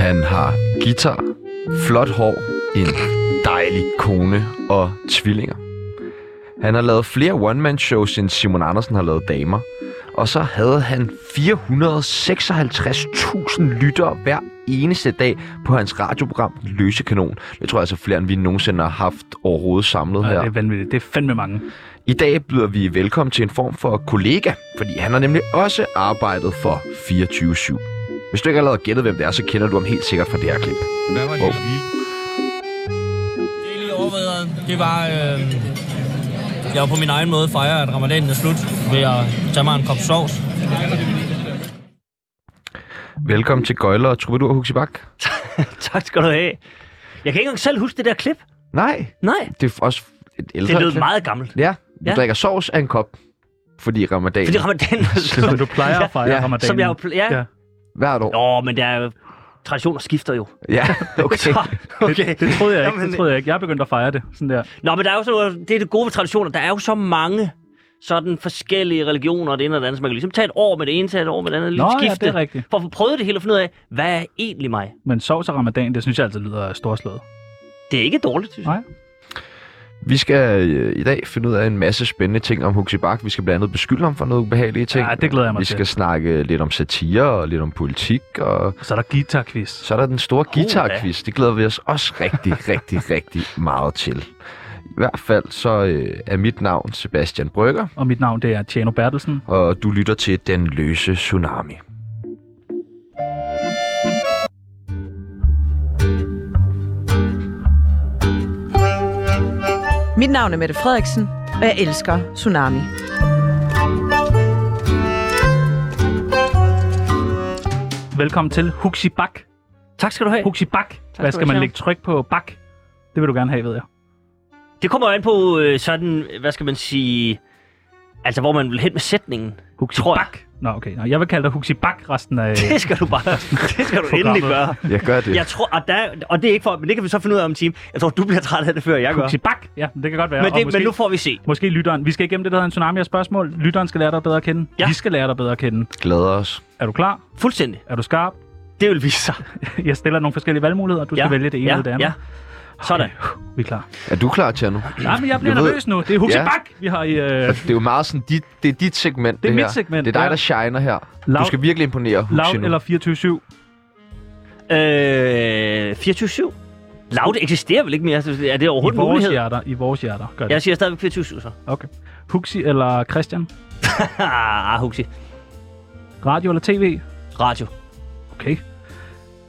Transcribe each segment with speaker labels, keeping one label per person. Speaker 1: Han har guitar, flot hår, en dejlig kone og tvillinger. Han har lavet flere one-man-shows, end Simon Andersen har lavet damer. Og så havde han 456.000 lyttere hver eneste dag på hans radioprogram Løse Kanon. Det tror jeg altså flere, end vi nogensinde har haft overhovedet samlet
Speaker 2: Ja.
Speaker 1: her.
Speaker 2: Det er vanvittigt. Det er fandme mange.
Speaker 1: I dag byder vi velkommen til en form for kollega, fordi han har nemlig også arbejdet for 24-7. Hvis du ikke allerede har gættet, hvem det er, så kender du ham helt sikkert fra det her klip.
Speaker 3: Hvad var det?
Speaker 1: Wow.
Speaker 4: Det lille overvæderen, det var... Øh, jeg var på min egen måde fejrer, at ramadanen er slut ved at tage mig en kop sovs.
Speaker 1: Velkommen til Gøjler og Troubadour Huxibak.
Speaker 5: tak skal du have. Jeg kan ikke engang selv huske det der klip.
Speaker 1: Nej,
Speaker 5: Nej,
Speaker 1: det er også et ældre
Speaker 5: det lød
Speaker 1: klip.
Speaker 5: meget gammelt.
Speaker 1: Ja, du ja.
Speaker 5: Ja.
Speaker 1: drikker sovs af en kop, fordi ramadan
Speaker 5: Fordi ramadan er
Speaker 2: Som
Speaker 5: slut.
Speaker 2: du plejer at fejre
Speaker 1: Ja.
Speaker 2: ja. ramadanen.
Speaker 5: Som jeg jo... pl- Ja.
Speaker 2: Ja.
Speaker 5: ja.
Speaker 1: hvert år.
Speaker 5: Nå, men der er jo... Traditioner skifter jo.
Speaker 1: Ja, okay.
Speaker 5: okay.
Speaker 2: Det, det troede jeg ikke.
Speaker 5: Jamen,
Speaker 2: det troede jeg ikke. Jeg er begyndt at fejre det. Sådan der.
Speaker 5: Nå, men der er jo så, det er det gode ved traditioner. Der er jo så mange sådan forskellige religioner og det ene og det andet, så man kan ligesom tage et år med det ene, tage et år med det andet,
Speaker 2: Nå,
Speaker 5: lige
Speaker 2: ja,
Speaker 5: skifte.
Speaker 2: det er rigtigt.
Speaker 5: For at få prøvet det hele og finde ud af, hvad er egentlig mig?
Speaker 2: Men sovs og ramadan, det synes jeg altid lyder storslået.
Speaker 5: Det er ikke dårligt, synes jeg.
Speaker 2: Nej.
Speaker 1: Vi skal øh, i dag finde ud af en masse spændende ting om Huxibak. Vi skal blandt andet beskylde ham for noget ubehagelige ting.
Speaker 2: Ja, det glæder jeg mig
Speaker 1: Vi
Speaker 2: til.
Speaker 1: skal snakke lidt om satire og lidt om politik, og
Speaker 2: Og så er der guitarquiz.
Speaker 1: så er der den store
Speaker 5: Hola.
Speaker 1: guitarquiz. Det glæder vi os også rigtig, rigtig, rigtig meget til. I hvert fald så øh, er mit navn Sebastian Brygger,
Speaker 2: Og mit navn, det er Tjano Bertelsen.
Speaker 1: og du lytter til Den Løse Tsunami.
Speaker 6: Mit navn er Mette Frederiksen, og jeg elsker Tsunami.
Speaker 2: Velkommen til Huxi Bak.
Speaker 5: Tak skal du have.
Speaker 2: Huxi Bak. Hvad skal
Speaker 5: du have,
Speaker 2: man
Speaker 5: Tjano.
Speaker 2: lægge tryk på? Bak. Det vil du gerne have, ved jeg.
Speaker 5: Det kommer jo an på øh, sådan, hvad skal man sige, altså hvor man vil hen med sætningen.
Speaker 2: Huxi
Speaker 5: Tror jeg.
Speaker 2: Bak. Nå, okay. Nå, jeg vil kalde dig Huxi Bak resten af...
Speaker 5: Det skal du bare, det skal du endelig gøre.
Speaker 1: Jeg gør det.
Speaker 5: Jeg tror, og, der, og det er ikke for, men det kan vi så finde ud af om en time. Jeg tror, du bliver træt af det, før jeg gør.
Speaker 2: Huxi Bak. Ja, det kan godt være.
Speaker 5: Men,
Speaker 2: Og
Speaker 5: det,
Speaker 2: måske,
Speaker 5: men nu får vi se.
Speaker 2: måske lytteren. Vi skal igennem det, der hedder en tsunami af spørgsmål. Lytteren skal lære dig bedre at kende.
Speaker 5: Ja.
Speaker 2: Vi skal lære dig bedre at kende.
Speaker 1: glæder os.
Speaker 2: Er du klar?
Speaker 5: Fuldstændig.
Speaker 2: Er du skarp?
Speaker 5: Det vil vise sig.
Speaker 2: Jeg stiller nogle forskellige valgmuligheder, og du ja. skal vælge det ene
Speaker 5: ja,
Speaker 2: eller det andet.
Speaker 5: Ja. Sådan.
Speaker 2: Okay, vi er klar.
Speaker 1: Er du klar til nu?
Speaker 2: Nej, men jeg bliver
Speaker 1: Jeg ved-
Speaker 2: nervøs nu. Det er Huxi
Speaker 1: Ja.
Speaker 2: ja. Bak, vi har i... Øh,
Speaker 1: Altså, Det er jo meget sådan, dit, det er dit segment, det,
Speaker 2: Det er
Speaker 1: her.
Speaker 2: mit segment,
Speaker 1: Det er dig,
Speaker 2: ja.
Speaker 1: der shiner her. Du
Speaker 2: Lav-
Speaker 1: skal virkelig imponere Huxi
Speaker 2: Loud
Speaker 1: nu.
Speaker 2: eller 24-7.
Speaker 5: Øh, 24-7. Loud eksisterer vel ikke mere? så Er det
Speaker 2: I
Speaker 5: overhovedet en
Speaker 2: vores
Speaker 5: mulighed?
Speaker 2: hjerter. I vores hjerter. Gør det.
Speaker 5: Jeg siger stadigvæk 24-7 så.
Speaker 2: Okay. Huxi eller Christian?
Speaker 5: ah, Huxi.
Speaker 2: Radio eller tv?
Speaker 5: Radio.
Speaker 2: Okay.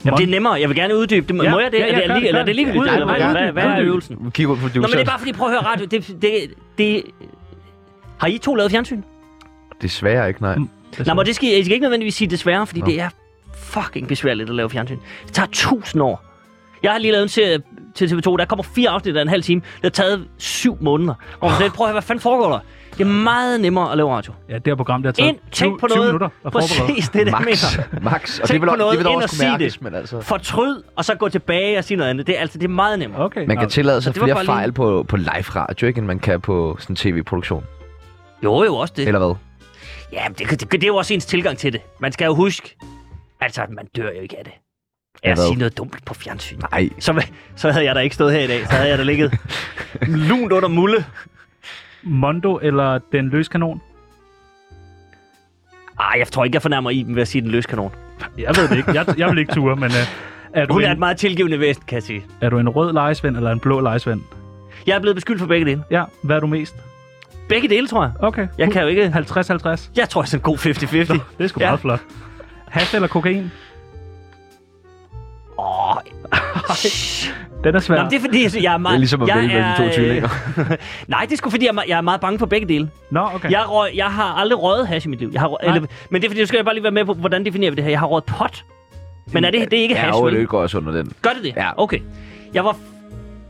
Speaker 5: Jamen,
Speaker 2: Mon-
Speaker 5: det er nemmere. Jeg vil gerne uddybe det. Må
Speaker 2: Ja,
Speaker 5: må jeg det?
Speaker 2: ja, ja,
Speaker 5: er det
Speaker 2: gør
Speaker 5: lige,
Speaker 2: det,
Speaker 5: eller er
Speaker 2: gør
Speaker 5: det lige
Speaker 2: det.
Speaker 5: ud?
Speaker 2: Ja,
Speaker 5: Eller
Speaker 2: ja,
Speaker 5: hvad,
Speaker 2: ja,
Speaker 5: hvad, hvad er
Speaker 2: uddyb.
Speaker 5: øvelsen?
Speaker 1: Vi kigger på producer.
Speaker 5: Nå, men det er bare fordi, prøv at høre radio. Det, det, det, har I to lavet fjernsyn?
Speaker 1: Desværre ikke, nej.
Speaker 2: Mm.
Speaker 5: Nej, men det skal, I skal ikke nødvendigvis sige desværre, fordi
Speaker 1: Nå.
Speaker 5: Nå. det er fucking besværligt at lave fjernsyn. Det tager tusind år. Jeg har lige lavet en serie til TV2, der kommer fire afsnit af en halv time. Det har taget syv måneder. Og oh. prøv at høre, hvad fanden foregår der? Det er meget nemmere at lave radio.
Speaker 2: Ja, det her program, det har taget
Speaker 5: Ind, tænk på
Speaker 2: 20
Speaker 5: noget.
Speaker 2: minutter at forberede.
Speaker 5: Præcis det, der
Speaker 1: Max.
Speaker 5: mener.
Speaker 1: Max. Og det
Speaker 5: Tænk
Speaker 1: vil,
Speaker 5: på
Speaker 1: også,
Speaker 5: noget,
Speaker 1: det vil da
Speaker 5: ind
Speaker 1: også kunne
Speaker 5: og sig
Speaker 1: mærkes,
Speaker 5: det.
Speaker 1: men altså...
Speaker 5: Fortryd, og så gå tilbage og sige noget andet. Det er altså det er meget nemmere.
Speaker 2: Okay.
Speaker 1: Man kan
Speaker 2: Nå,
Speaker 1: tillade sig
Speaker 5: Altså, det var
Speaker 1: flere
Speaker 5: bare lige-
Speaker 1: fejl på, på live radio, ikke, end man kan på sådan tv-produktion.
Speaker 5: Jo, jo også det.
Speaker 1: Eller hvad?
Speaker 5: Ja, det, det, det er jo også ens tilgang til det. Man skal jo huske, altså, at man dør jo ikke af det. Af at
Speaker 1: Hvad?
Speaker 5: sige noget dumt på fjernsyn.
Speaker 1: Nej.
Speaker 5: Så, så havde jeg da ikke stået her i dag. Så havde jeg da ligget lunt under mulle.
Speaker 2: Mondo eller Den Løs Kanon?
Speaker 5: Ej, jeg tror ikke, jeg fornærmer Iben ved at sige den løs kanon.
Speaker 2: Jeg ved det ikke. Jeg, jeg vil ikke ture, men øh, er, du
Speaker 5: Hun er et
Speaker 2: en,
Speaker 5: meget tilgivende væsen, kan jeg sige.
Speaker 2: er du en rød lejesvend eller en blå lejesvend?
Speaker 5: Jeg er blevet beskyldt for begge dele.
Speaker 2: Ja, hvad er du mest?
Speaker 5: Begge dele, tror jeg.
Speaker 2: Okay.
Speaker 5: Jeg kan jo ikke...
Speaker 2: 50-50.
Speaker 5: Jeg tror, jeg er sådan en god 50-50.
Speaker 2: Det er sgu
Speaker 5: Ja.
Speaker 2: ja. meget flot. Hash eller kokain?
Speaker 5: Åh,
Speaker 2: Den er svær.
Speaker 5: Nå, men det er fordi, altså, jeg er meget...
Speaker 1: Det er ligesom at
Speaker 5: jeg
Speaker 1: vælge mellem
Speaker 5: er,
Speaker 1: de to tvillinger.
Speaker 5: øh, Nej, det er sgu fordi, jeg er, me- jeg er meget bange for begge dele.
Speaker 2: Nå, okay.
Speaker 5: Jeg, røg, jeg har aldrig røget hash i mit liv. Jeg har røg,
Speaker 2: Nej.
Speaker 5: eller, men det er fordi, du skal jeg bare lige være med på, hvordan definerer vi det her. Jeg har røget pot. Men er det, det er ikke hash,
Speaker 1: Ja, jo,
Speaker 5: vel?
Speaker 1: det går også under den.
Speaker 5: Gør det det?
Speaker 1: Ja.
Speaker 5: Okay. Jeg var,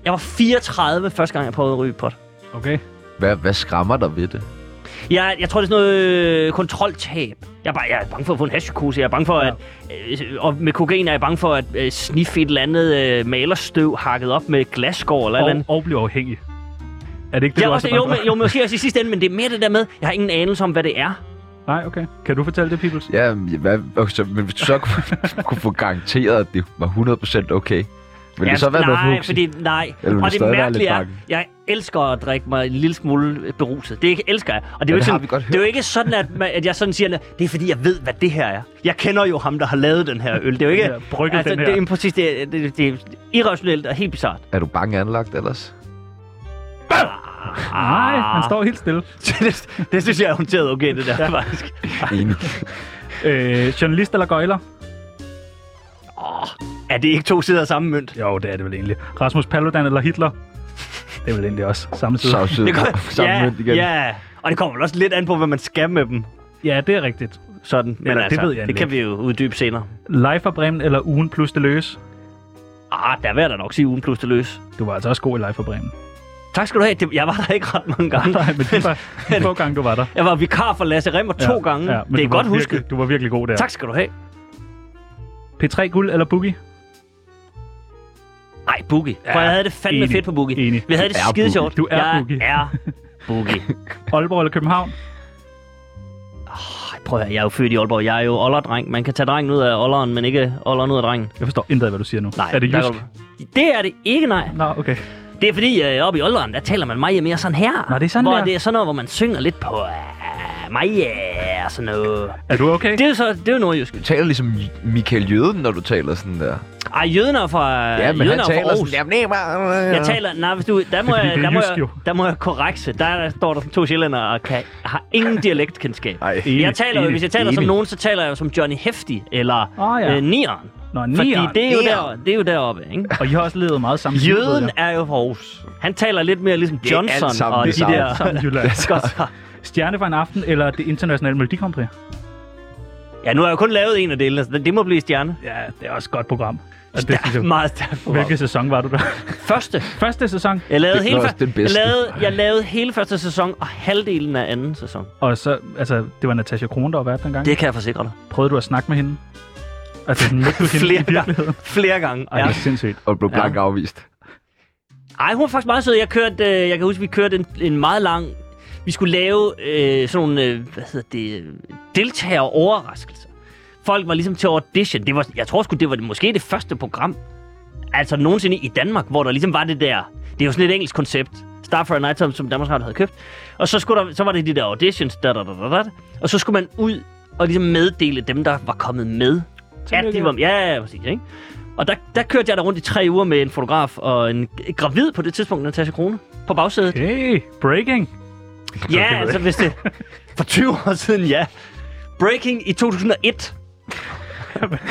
Speaker 5: jeg var 34 første gang, jeg prøvede at ryge pot.
Speaker 2: Okay.
Speaker 1: Hvad, hvad skræmmer dig ved det?
Speaker 5: Jeg, jeg tror, det er sådan noget øh, kontroltab. Jeg er, bare, jeg er bange for at få en hashpsykose. Jeg er bange for,
Speaker 2: Ja.
Speaker 5: at... Øh, og med kokain er jeg bange for at øh, sniffe et eller andet øh, malerstøv hakket op med glasskår eller et eller
Speaker 2: Og,
Speaker 5: andet.
Speaker 2: og blive afhængig. Er det ikke det,
Speaker 5: Jeg
Speaker 2: du
Speaker 5: var
Speaker 2: også
Speaker 5: også,
Speaker 2: er
Speaker 5: jo,
Speaker 2: bange
Speaker 5: men, jo, måske også i sidste ende, men det er mere det der med, jeg har ingen anelse om, hvad det er.
Speaker 2: for? Nej, okay. Kan du fortælle det, Peoples?
Speaker 1: Ja, men hvad, okay, så, men hvis du så kunne, kunne få garanteret, at det var 100% okay, ville det så være noget
Speaker 5: nej,
Speaker 1: for
Speaker 5: fordi, nej.
Speaker 1: Eller vil
Speaker 5: og
Speaker 1: du
Speaker 5: det
Speaker 1: stadig være lidt
Speaker 5: mærkelige er,
Speaker 1: bange?
Speaker 5: jeg elsker at drikke mig en lille smule øh, beruset. Det elsker jeg. Og det
Speaker 1: Ja,
Speaker 5: er, jo,
Speaker 1: det har
Speaker 5: ikke sådan,
Speaker 1: vi godt hørt.
Speaker 5: det er jo ikke sådan, at, man, at jeg sådan siger, det er fordi, jeg ved, hvad det her er. Jeg kender jo ham, der har lavet den her øl. Det er jo ikke... altså,
Speaker 2: Ja, brygget den her.
Speaker 5: Det, er præcis, det, er- det, det, er irrationelt og helt bizart.
Speaker 1: Er du bange anlagt ellers?
Speaker 2: Nej,
Speaker 5: Ah.
Speaker 2: han står helt stille.
Speaker 5: det, det synes jeg er håndteret okay, det der, faktisk.
Speaker 1: Enig.
Speaker 2: Øh, journalist eller gøjler?
Speaker 5: Er det ikke to sider af samme mønt?
Speaker 2: Jo, det er det vel egentlig. Rasmus Paludan eller Hitler? Det er vel egentlig også samme side.
Speaker 1: Så sidder
Speaker 5: Det
Speaker 1: du sammen
Speaker 5: ja,
Speaker 1: med igen.
Speaker 5: ja, og det kommer vel også lidt an på, hvad man skal med dem.
Speaker 2: Ja, det er rigtigt.
Speaker 5: Sådan, men
Speaker 2: Eller det
Speaker 5: altså,
Speaker 2: ved jeg
Speaker 5: det kan vi jo uddybe senere.
Speaker 2: Live fra Bremen eller ugen plus det løs?
Speaker 5: Ah, der vil jeg da nok sige ugen plus det løs.
Speaker 2: Du var altså også god i Live fra Bremen.
Speaker 5: Tak skal du have. Det, jeg var der ikke ret mange gange.
Speaker 2: Nej, men det var de få gange, du var der.
Speaker 5: Jeg var vikar for Lasse Remmer to gange.
Speaker 2: men
Speaker 5: det er
Speaker 2: du var
Speaker 5: godt husket.
Speaker 2: virkelig- Du var virkelig god der.
Speaker 5: Tak skal du have.
Speaker 2: P3 Guld eller Boogie?
Speaker 5: Ej, Boogie. Ja, jeg havde det fandme
Speaker 2: enig,
Speaker 5: fedt på Boogie.
Speaker 2: enig.
Speaker 5: Vi havde det
Speaker 1: Du er
Speaker 5: skide
Speaker 1: Boogie.
Speaker 5: sjovt.
Speaker 2: Du er
Speaker 5: jeg
Speaker 2: Boogie.
Speaker 5: er Boogie.
Speaker 2: Aalborg eller København?
Speaker 5: Ej, prøv at høre, jeg er jo født i Aalborg. Jeg er jo ollerdreng. Man kan tage drengen ud af olleren, men ikke olleren ud af drengen.
Speaker 2: Jeg forstår intet af, hvad du siger nu.
Speaker 5: Nej,
Speaker 2: er det
Speaker 5: der
Speaker 2: jysk?
Speaker 5: du- Det er det ikke, nej.
Speaker 2: Nå, okay.
Speaker 5: Det er fordi, øh, oppe i Olderen, der taler man meget mere sådan her.
Speaker 2: Nå, det er sådan
Speaker 5: hvor
Speaker 2: der.
Speaker 5: det er sådan noget, hvor man synger lidt på øh, mig og sådan noget.
Speaker 2: Er du okay?
Speaker 5: Det er jo så, det er jo nordjysk.
Speaker 1: Du taler ligesom Michael Jøden, når du taler sådan der.
Speaker 5: Ej, jøden er fra,
Speaker 1: Ja, men
Speaker 5: jøden
Speaker 1: han
Speaker 5: er fra
Speaker 1: taler
Speaker 5: Aarhus.
Speaker 1: sådan... Jamen, nej, bare-
Speaker 5: Jeg taler, nej, hvis du, der må,
Speaker 2: Det er fordi,
Speaker 5: jeg,
Speaker 2: det er
Speaker 5: der, må
Speaker 2: jysk, jo.
Speaker 5: jeg, der må jeg korrekse. Der står der to sjællænder og kan, har ingen dialektkendskab.
Speaker 1: Ej.
Speaker 5: Jeg taler, jo-
Speaker 2: enig,
Speaker 5: hvis jeg taler som
Speaker 1: enig.
Speaker 5: nogen, så taler jeg jo som Johnny Hefti eller
Speaker 2: Åh,
Speaker 5: oh,
Speaker 2: ja.
Speaker 5: ja. øh, Nieren.
Speaker 2: Nå,
Speaker 5: Fordi
Speaker 2: nieren.
Speaker 5: det er, jo
Speaker 1: Nieren.
Speaker 5: der, det er jo deroppe, ikke?
Speaker 2: Og I har også levet meget sammen.
Speaker 5: Jøden er jo fra Aarhus. Han taler lidt mere ligesom
Speaker 1: er alt
Speaker 5: Johnson
Speaker 1: sammen
Speaker 5: og de
Speaker 1: det
Speaker 5: der...
Speaker 2: Sammen i Jylland.
Speaker 5: Skotser.
Speaker 2: Stjerne for en aften eller det internationale Melodi Grand Prix?
Speaker 5: Ja, nu har jeg jo kun lavet en af delene, så det må blive stjerne.
Speaker 2: Ja, det er også et godt program. Og det, synes
Speaker 5: Stærkt,
Speaker 2: jeg.
Speaker 5: meget stærkt program.
Speaker 2: Hvilken sæson var du der?
Speaker 5: Første.
Speaker 2: Første sæson,
Speaker 5: Jeg lavede,
Speaker 1: Det er
Speaker 5: hele,
Speaker 1: også
Speaker 5: før-
Speaker 1: den bedste.
Speaker 5: Jeg, lavede, jeg lavede hele første sæson og halvdelen af anden sæson.
Speaker 2: og så, altså, det var Natasha Kron, der var vært dengang. Det.
Speaker 5: Det kan jeg forsikre dig.
Speaker 2: Prøvede du at snakke med hende? Altså, sådan mødte du hende i
Speaker 5: Flere
Speaker 2: virkeligheden?
Speaker 5: gange. Flere gange.
Speaker 2: Ej, det
Speaker 5: Ja.
Speaker 2: er sindssygt.
Speaker 1: Og blev blank afvist.
Speaker 5: Ej, hun var faktisk meget sød. Jeg, kørte, øh, jeg kan huske, vi kørte en, en meget lang... Vi skulle lave øh, sådan nogle, øh, hvad hedder det, øh, deltageroverraskelser. Folk var ligesom til audition. Det var, jeg tror sgu, det var det, måske det første program, altså nogensinde i Danmark, hvor der ligesom var det der... Det er jo sådan et engelsk koncept. Starfire Night som, som Danmarks Radio havde købt. Og så, skulle der, så var det de der auditions, da, da, da, da, da, og så skulle man ud og ligesom meddele dem, der var kommet med. At de var, ja, ja, præcis, ikke? Og der, der kørte jeg der rundt i tre uger med en fotograf og en gravid på det tidspunkt, Natasha Krone, på bagsædet.
Speaker 2: Hey, breaking.
Speaker 5: Ja,
Speaker 2: jeg.
Speaker 5: altså hvis det... For 20 år siden, ja. Breaking i 2001.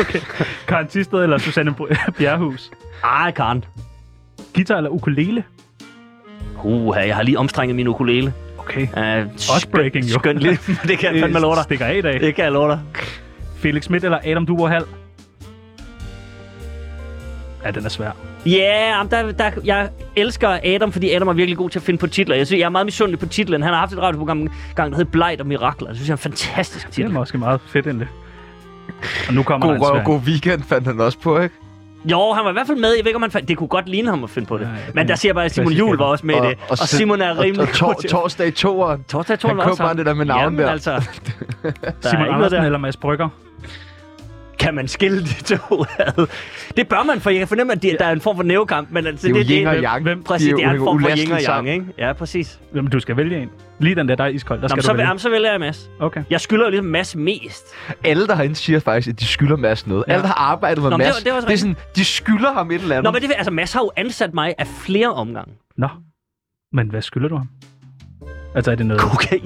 Speaker 2: okay. Karen Tisted eller Susanne Br- Bjerrehus?
Speaker 5: Ah, Karen.
Speaker 2: Guitar eller ukulele?
Speaker 5: Uh, jeg har lige omstrenget min ukulele.
Speaker 2: Okay.
Speaker 5: Uh,
Speaker 2: Også breaking, jo.
Speaker 5: Skønt lidt. Det kan jeg fandme love dig.
Speaker 2: Stikker af i dag.
Speaker 5: Det kan jeg love dig.
Speaker 2: Felix Schmidt eller Adam Duberhal? Ja, den er svær.
Speaker 5: Ja, yeah, der, der, jeg elsker Adam, fordi Adam er virkelig god til at finde på titler. Jeg synes, jeg er meget misundelig på titlen. Han har haft et radioprogram en gang, der hed Blejt og Mirakler. Jeg synes, jeg er en fantastisk
Speaker 2: Det er
Speaker 5: titel.
Speaker 2: måske meget fedt endelig. Og nu kommer
Speaker 1: God
Speaker 2: den
Speaker 5: altså-
Speaker 1: røv,
Speaker 2: svære.
Speaker 1: god weekend fandt han også på, ikke?
Speaker 5: Jo, han var i hvert fald med. Jeg ved ikke, om han fandt... Det kunne godt ligne ham at finde på det.
Speaker 2: Ja, ja,
Speaker 5: Men der
Speaker 2: ja.
Speaker 5: siger jeg bare, at Simon
Speaker 2: Klassiker.
Speaker 5: Juhl var også med i det. Og, og
Speaker 1: se-
Speaker 5: Simon er rimelig
Speaker 1: og, og tor,
Speaker 5: god til-
Speaker 1: torsdag i toeren.
Speaker 5: Torsdag Thorn
Speaker 1: han
Speaker 5: var
Speaker 1: køber
Speaker 5: også ham.
Speaker 1: bare det der med navn
Speaker 5: Jamen,
Speaker 1: der.
Speaker 5: altså, der Simon
Speaker 2: Simon
Speaker 5: er ikke noget
Speaker 2: Andersen
Speaker 5: der.
Speaker 2: eller Mads Brygger?
Speaker 5: Kan man skille de to ad? Det bør man, for jeg kan fornemme, at de, der er en form for nævekamp. Men altså,
Speaker 1: Det er jo
Speaker 5: det,
Speaker 1: yin og
Speaker 5: det,
Speaker 1: yang.
Speaker 2: hvem-
Speaker 5: Præcis, det er en
Speaker 1: jo
Speaker 5: form for
Speaker 1: ulasteligt
Speaker 5: yin og yang,
Speaker 1: sammen.
Speaker 5: ikke? Ja, præcis.
Speaker 2: Jamen, du skal vælge en. Lige den der, der er iskold. Der
Speaker 5: Nå,
Speaker 2: skal
Speaker 5: men
Speaker 2: du
Speaker 5: så,
Speaker 2: vælge.
Speaker 5: jamen, så vælger jeg Mads.
Speaker 2: Okay.
Speaker 5: Jeg skylder jo ligesom Mads mest.
Speaker 1: Alle, der herinde, siger faktisk, at de skylder Mads noget. Alle, der har arbejdet med
Speaker 5: Nå, men det
Speaker 1: Mads,
Speaker 5: var- det var også
Speaker 1: er sådan, de skylder ham et eller andet.
Speaker 5: Nå, men det, altså, Mads har jo ansat mig af flere omgange.
Speaker 2: Nå. Men hvad skylder du ham? Altså, er det noget?
Speaker 5: Kokain.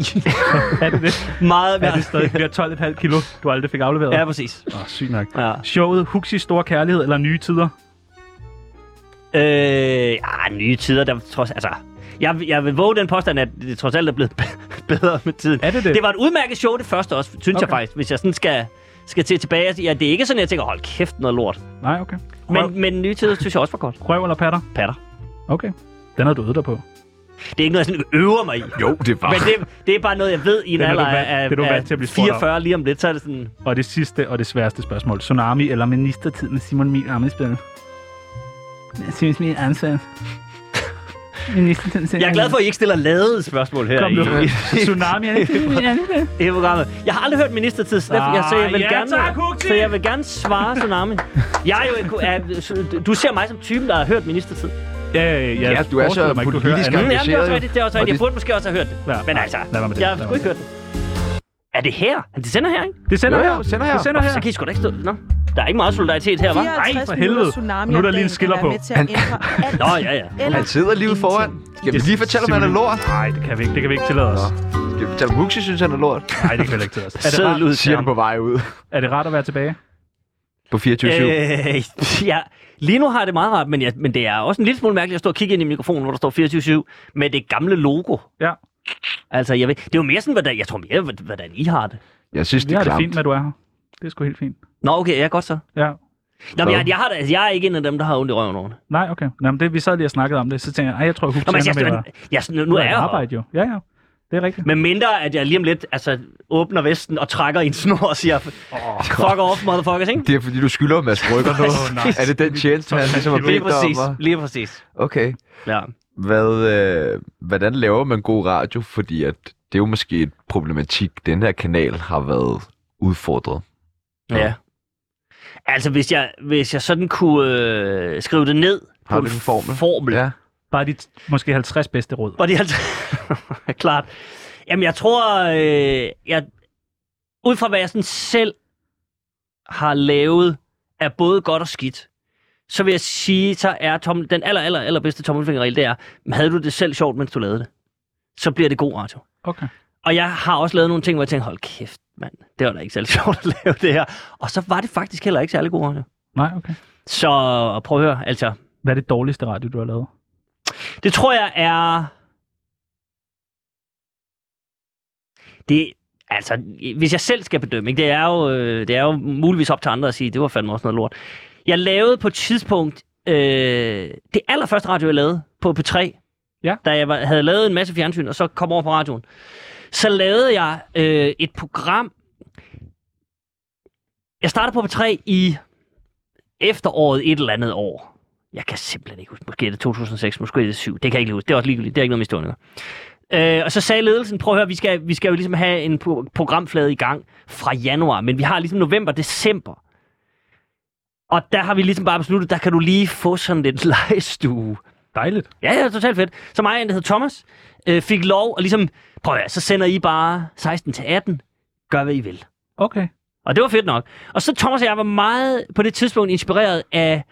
Speaker 2: er det det?
Speaker 5: Meget
Speaker 2: Er det
Speaker 5: værd.
Speaker 2: stadig? Vi har 12,5 kilo, du aldrig fik afleveret.
Speaker 5: Ja, præcis.
Speaker 2: Åh, sygt nok.
Speaker 5: Ja.
Speaker 2: Showet Huxis store kærlighed eller nye tider?
Speaker 5: Øh, ah, nye tider, der trods... Altså, jeg, jeg vil våge den påstand, at det trods alt er blevet bedre med tiden.
Speaker 2: Er det det?
Speaker 5: Det var et udmærket show, det første også, synes okay. jeg
Speaker 2: Okay.
Speaker 5: faktisk. Hvis jeg sådan skal, skal til tilbage. Ja, det er ikke sådan, jeg tænker, hold kæft, noget lort.
Speaker 2: Nej, okay. Røv,
Speaker 5: Men, men nye tider synes jeg også var godt.
Speaker 2: røv eller patter?
Speaker 5: Patter.
Speaker 2: Okay. Den har du øvet dig på.
Speaker 5: Det er ikke noget, jeg sådan øver mig i.
Speaker 1: Jo, det var.
Speaker 5: Men det, det er bare noget, jeg ved i en
Speaker 2: Det er du
Speaker 5: alder
Speaker 2: vant-
Speaker 5: af,
Speaker 2: det er du
Speaker 5: af
Speaker 2: vant til at blive spurgt om.
Speaker 5: 44 lige om lidt. Så er det sådan,
Speaker 2: Og det sidste og det sværeste spørgsmål. Tsunami eller ministertid med Simon Mil Amitsbøl? Simon Mil Amitsbøl.
Speaker 5: Jeg er glad for, at I ikke stiller ladede spørgsmål her.
Speaker 2: Mm. Kom nu.
Speaker 5: i-
Speaker 2: Tsunami.
Speaker 5: i det programmet. Jeg har aldrig hørt ministertid, ah, jeg, så jeg vil
Speaker 2: ja,
Speaker 5: gerne,
Speaker 2: tak, Huxi!
Speaker 5: så jeg vil gerne svare Tsunami. Jeg er jo, ikke- er, så- du ser mig som typen, der har hørt ministertid.
Speaker 2: ja, ja,
Speaker 1: Ja,
Speaker 2: ja,
Speaker 1: du er så
Speaker 2: forestiller mig ikke, du hører
Speaker 1: politisk
Speaker 2: andet.
Speaker 5: Jamen, det er
Speaker 1: engageret,
Speaker 5: også
Speaker 1: jo.
Speaker 5: rigtigt, det er også
Speaker 1: Og
Speaker 5: rigtigt. Jeg
Speaker 1: det-
Speaker 5: burde måske også have hørt det.
Speaker 2: Ja,
Speaker 5: Men
Speaker 2: nej,
Speaker 5: altså,
Speaker 2: lad være med det.
Speaker 5: jeg har
Speaker 2: Lad
Speaker 5: sgu
Speaker 2: være
Speaker 5: ikke hørt det. Er det her? Er det sender her, ikke?
Speaker 2: Det sender
Speaker 1: Jo,
Speaker 2: her.
Speaker 1: jo, sender her.
Speaker 2: Det sender her.
Speaker 5: Så kan I sgu da ikke stå... Nå, der er ikke meget solidaritet her, hva'?
Speaker 2: Ej, for
Speaker 6: 54
Speaker 2: helvede.
Speaker 6: minutter tsunami
Speaker 2: Nu er der lige
Speaker 6: om
Speaker 2: en
Speaker 6: dagen
Speaker 2: skiller
Speaker 6: kan være
Speaker 2: på.
Speaker 6: med til at ændre alt
Speaker 5: Nå, ja, ja.
Speaker 6: eller
Speaker 1: Han sidder livet foran.
Speaker 6: ingenting.
Speaker 1: Skal vi lige fortælle, om han er lort?
Speaker 2: Nej, det kan vi ikke. Det kan vi ikke tillade os.
Speaker 1: Nå. Skal vi fortælle, om Huxi synes, han er lort?
Speaker 2: Nej, det kan vi heller ikke tillade os. Er det,
Speaker 5: Sædel
Speaker 2: rart,
Speaker 5: ud til
Speaker 1: Siger
Speaker 5: ham.
Speaker 1: han på vej ud
Speaker 2: er det rart at være tilbage?
Speaker 1: på 24-7.
Speaker 5: Øh, ja, lige nu har jeg det meget rart, men, jeg, men det er også en lille smule mærkeligt at stå og kigge ind i mikrofonen, hvor der står 24-7, med det gamle logo.
Speaker 2: Ja.
Speaker 5: Altså, jeg ved, det er jo mere sådan, hvordan, jeg tror mere, hvordan- hvordan I har det.
Speaker 1: Jeg synes,
Speaker 2: Vi
Speaker 1: det
Speaker 2: har
Speaker 1: er
Speaker 2: det
Speaker 1: klamt.
Speaker 2: fint med, at du er her. Det er sgu helt fint.
Speaker 5: Nå, okay, ja, godt så.
Speaker 2: Ja.
Speaker 5: Nå, men
Speaker 1: Hvad?
Speaker 5: jeg, jeg, har, det- altså, jeg er ikke en af dem, der har ondt i røven over det.
Speaker 2: Nej, okay. Nå, men det, vi sad lige og snakkede om det, så tænkte jeg, "Ej, jeg tror, at
Speaker 5: Nå, men
Speaker 2: Huxi
Speaker 5: jeg,
Speaker 2: ender med
Speaker 5: jeg,
Speaker 2: at
Speaker 5: jeg, nu, nu er jeg her.
Speaker 2: arbejde jo. Ja, ja. Det er rigtigt.
Speaker 5: Men mindre, at jeg lige om lidt altså, åbner vesten og trækker i en snor og siger, fuck off, motherfuckers, ikke?
Speaker 1: Det er, fordi du skylder Mads Brygger nu.
Speaker 2: nej.
Speaker 1: Er det den tjeneste, han ligesom har
Speaker 5: Lige
Speaker 1: bedt dig
Speaker 5: præcis,
Speaker 1: om? at-
Speaker 5: lige præcis.
Speaker 1: Okay.
Speaker 5: Ja.
Speaker 1: Hvad, øh, hvordan laver man god radio? Fordi at det er jo måske et problematik, den her kanal har været udfordret.
Speaker 5: Ja. ja. Altså, hvis jeg, hvis jeg sådan kunne øh, skrive det ned
Speaker 1: Har
Speaker 5: på
Speaker 1: du
Speaker 5: en
Speaker 1: en formel?
Speaker 5: formel
Speaker 1: Ja.
Speaker 2: Bare de t- måske 50 bedste råd.
Speaker 5: Var det altså... Klart. Jamen, jeg tror... Øh, jeg... Ud fra hvad jeg sådan selv har lavet af både godt og skidt, så vil jeg sige, så er tom... den aller, aller, aller bedste tommelfingerregel, det er, havde du det selv sjovt, mens du lavede det, så bliver det god radio.
Speaker 2: Okay.
Speaker 5: Og jeg har også lavet nogle ting, hvor jeg tænkte, hold kæft, mand, det var da ikke særlig sjovt at lave det her. Og så var det faktisk heller ikke særlig god radio.
Speaker 2: Nej, okay.
Speaker 5: Så prøv at høre, altså,
Speaker 2: Hvad er det dårligste radio, du har lavet?
Speaker 5: Det tror jeg er... Det, altså, hvis jeg selv skal bedømme, ikke, det, er jo, øh, det er jo muligvis op til andre at sige, det var fandme også noget lort. Jeg lavede på et tidspunkt, øh, det allerførste radio, jeg lavede på P3,
Speaker 2: Ja.
Speaker 5: da jeg var, havde lavet en masse fjernsyn, og så kom over på radioen, så lavede jeg øh, et program. Jeg startede på P3 i efteråret et eller andet år. Jeg kan simpelthen ikke huske. Måske er det 2006, måske er det 7. Det kan jeg ikke lige huske. Det er også ligegyldigt. Det er ikke noget med historien. at gøre. Øh, og så sagde ledelsen, prøv at høre, vi skal, vi skal jo ligesom have en pro- programflade i gang fra januar, men vi har ligesom november, december. Og der har vi ligesom bare besluttet, der kan du lige få sådan lidt legestue.
Speaker 2: Dejligt.
Speaker 5: Ja, ja, totalt fedt. Så mig og en, der hed Thomas, øh, fik lov, og ligesom, prøv at høre, så sender I bare 16 til 18. Gør, hvad I vil.
Speaker 2: Okay.
Speaker 5: Og det var fedt nok. Og så Thomas og jeg var meget på det tidspunkt inspireret af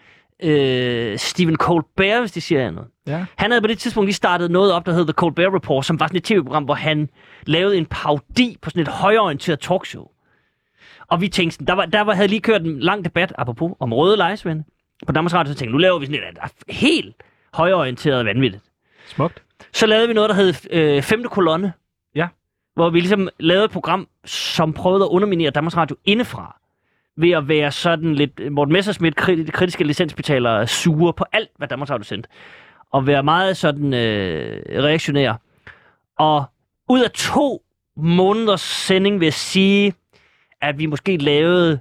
Speaker 5: øh, Stephen Colbert, hvis det siger jer noget.
Speaker 2: Ja.
Speaker 5: Han havde på det tidspunkt lige startet noget op, der hed The Colbert Report, som var sådan et tv-program, hvor han lavede en parodi på sådan et højorienteret talkshow. Og vi tænkte sådan, der, var, der var, havde lige kørt en lang debat, apropos, om røde lejesvende på Danmarks Radio, så tænkte vi, nu laver vi sådan et der er helt højorienteret vanvittigt.
Speaker 2: Smukt.
Speaker 5: Så lavede vi noget, der hed øh, Femte Kolonne.
Speaker 2: Ja.
Speaker 5: Hvor vi ligesom lavede et program, som prøvede at underminere Danmarks Radio indefra. Ved at være sådan lidt øh, Morten Messersmith, krit- kritiske licensbetalere, sure på alt, hvad Danmarks Radio sendte. Og være meget sådan øh, reaktionær. Og ud af to måneders sending vil jeg sige, at vi måske lavede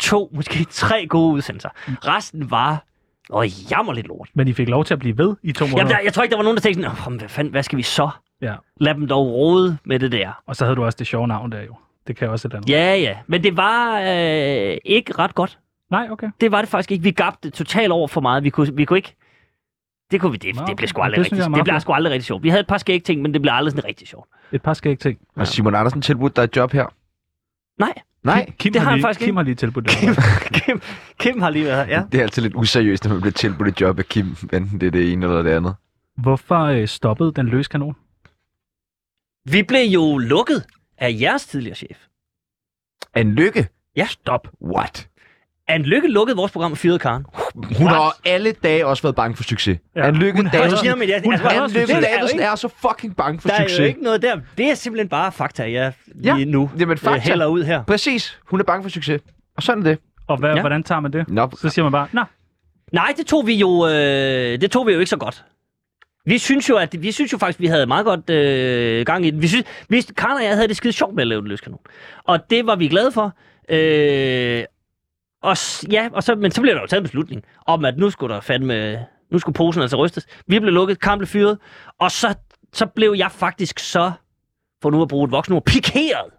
Speaker 5: to, måske tre gode udsendelser. Resten var, åh, jammerligt lort.
Speaker 2: Men I fik lov til at blive ved i to måneder.
Speaker 5: Jamen, der, jeg tror ikke, der var nogen, der tænkte sådan, "Nå, men hvad, fanden, hvad skal vi så?
Speaker 2: Ja.
Speaker 5: Lad dem dog rode med det der.
Speaker 2: Og så havde du også det sjove navn der jo. Det kan jeg også et eller andet.
Speaker 5: Ja, ja. Men det var øh, ikke ret godt.
Speaker 2: Nej, okay.
Speaker 5: Det var det faktisk ikke. Vi gabte totalt over for meget. Vi kunne, vi kunne ikke... Det kunne vi, det,
Speaker 2: Nå,
Speaker 5: det blev sgu
Speaker 2: okay.
Speaker 5: aldrig
Speaker 2: Det
Speaker 5: det
Speaker 2: synes jeg er
Speaker 5: rigtig,
Speaker 2: meget
Speaker 5: det blev
Speaker 2: fedt.
Speaker 5: sgu aldrig rigtig sjovt. Vi havde et par skægge ting, men det blev aldrig sådan rigtig sjovt.
Speaker 2: Et par skægge ting.
Speaker 1: Og Simon Andersen tilbudte dig et job her?
Speaker 5: Nej.
Speaker 1: Nej?
Speaker 2: Kim
Speaker 5: det har han
Speaker 2: lige,
Speaker 5: faktisk
Speaker 2: Kim
Speaker 5: ikke.
Speaker 2: har lige tilbudt det.
Speaker 5: Kim, Kim har lige været her, ja.
Speaker 1: Det er altid lidt useriøst, når man bliver tilbudt et job af Kim, enten det er det ene eller det andet.
Speaker 2: Hvorfor øh, stoppede den løs kanon?
Speaker 5: Vi blev jo lukket af jeres tidligere chef.
Speaker 1: En lykke?
Speaker 5: Ja.
Speaker 1: Stop. What?
Speaker 5: Anne Lykke lukkede vores program og fyrede Karen.
Speaker 1: Hun har alle dage også været bange for succes.
Speaker 2: Ja.
Speaker 1: Ja. En lykke
Speaker 2: Hun havde-
Speaker 1: Davidsen,
Speaker 5: Jamen, jeg, altså,
Speaker 1: Anne Lykke
Speaker 5: det er jo
Speaker 1: Davidsen
Speaker 5: ikke,
Speaker 1: er så fucking bange for
Speaker 5: der er jo
Speaker 1: succes.
Speaker 5: ikke noget der. Det er simpelthen bare fakta, jeg
Speaker 1: Ja.
Speaker 5: lige nu
Speaker 1: Jamen,
Speaker 5: øh,
Speaker 1: fakta.
Speaker 5: hælder ud her.
Speaker 1: Præcis. Hun er bange for succes. Og sådan er det.
Speaker 2: Og hvad, ja.
Speaker 5: Ja.
Speaker 2: hvordan tager man det?
Speaker 1: Nå,
Speaker 2: Så siger man bare, nå,
Speaker 5: Nej, det tog vi jo, øh, det tog vi jo ikke så godt. Vi synes jo, at vi synes jo faktisk, vi havde meget godt øh, gang i den. Vi synes, vi, Karen og jeg havde det skide sjovt med at lave den løskanon. Og det var vi glade for. Øh, og, s- ja, og så, men så blev der jo taget en beslutning om, at nu skulle der fandme Nu skulle posen altså rystes. Vi blev lukket, Karen blev fyret, og så, så blev jeg faktisk så, for nu at bruge et voksenord, pikeret.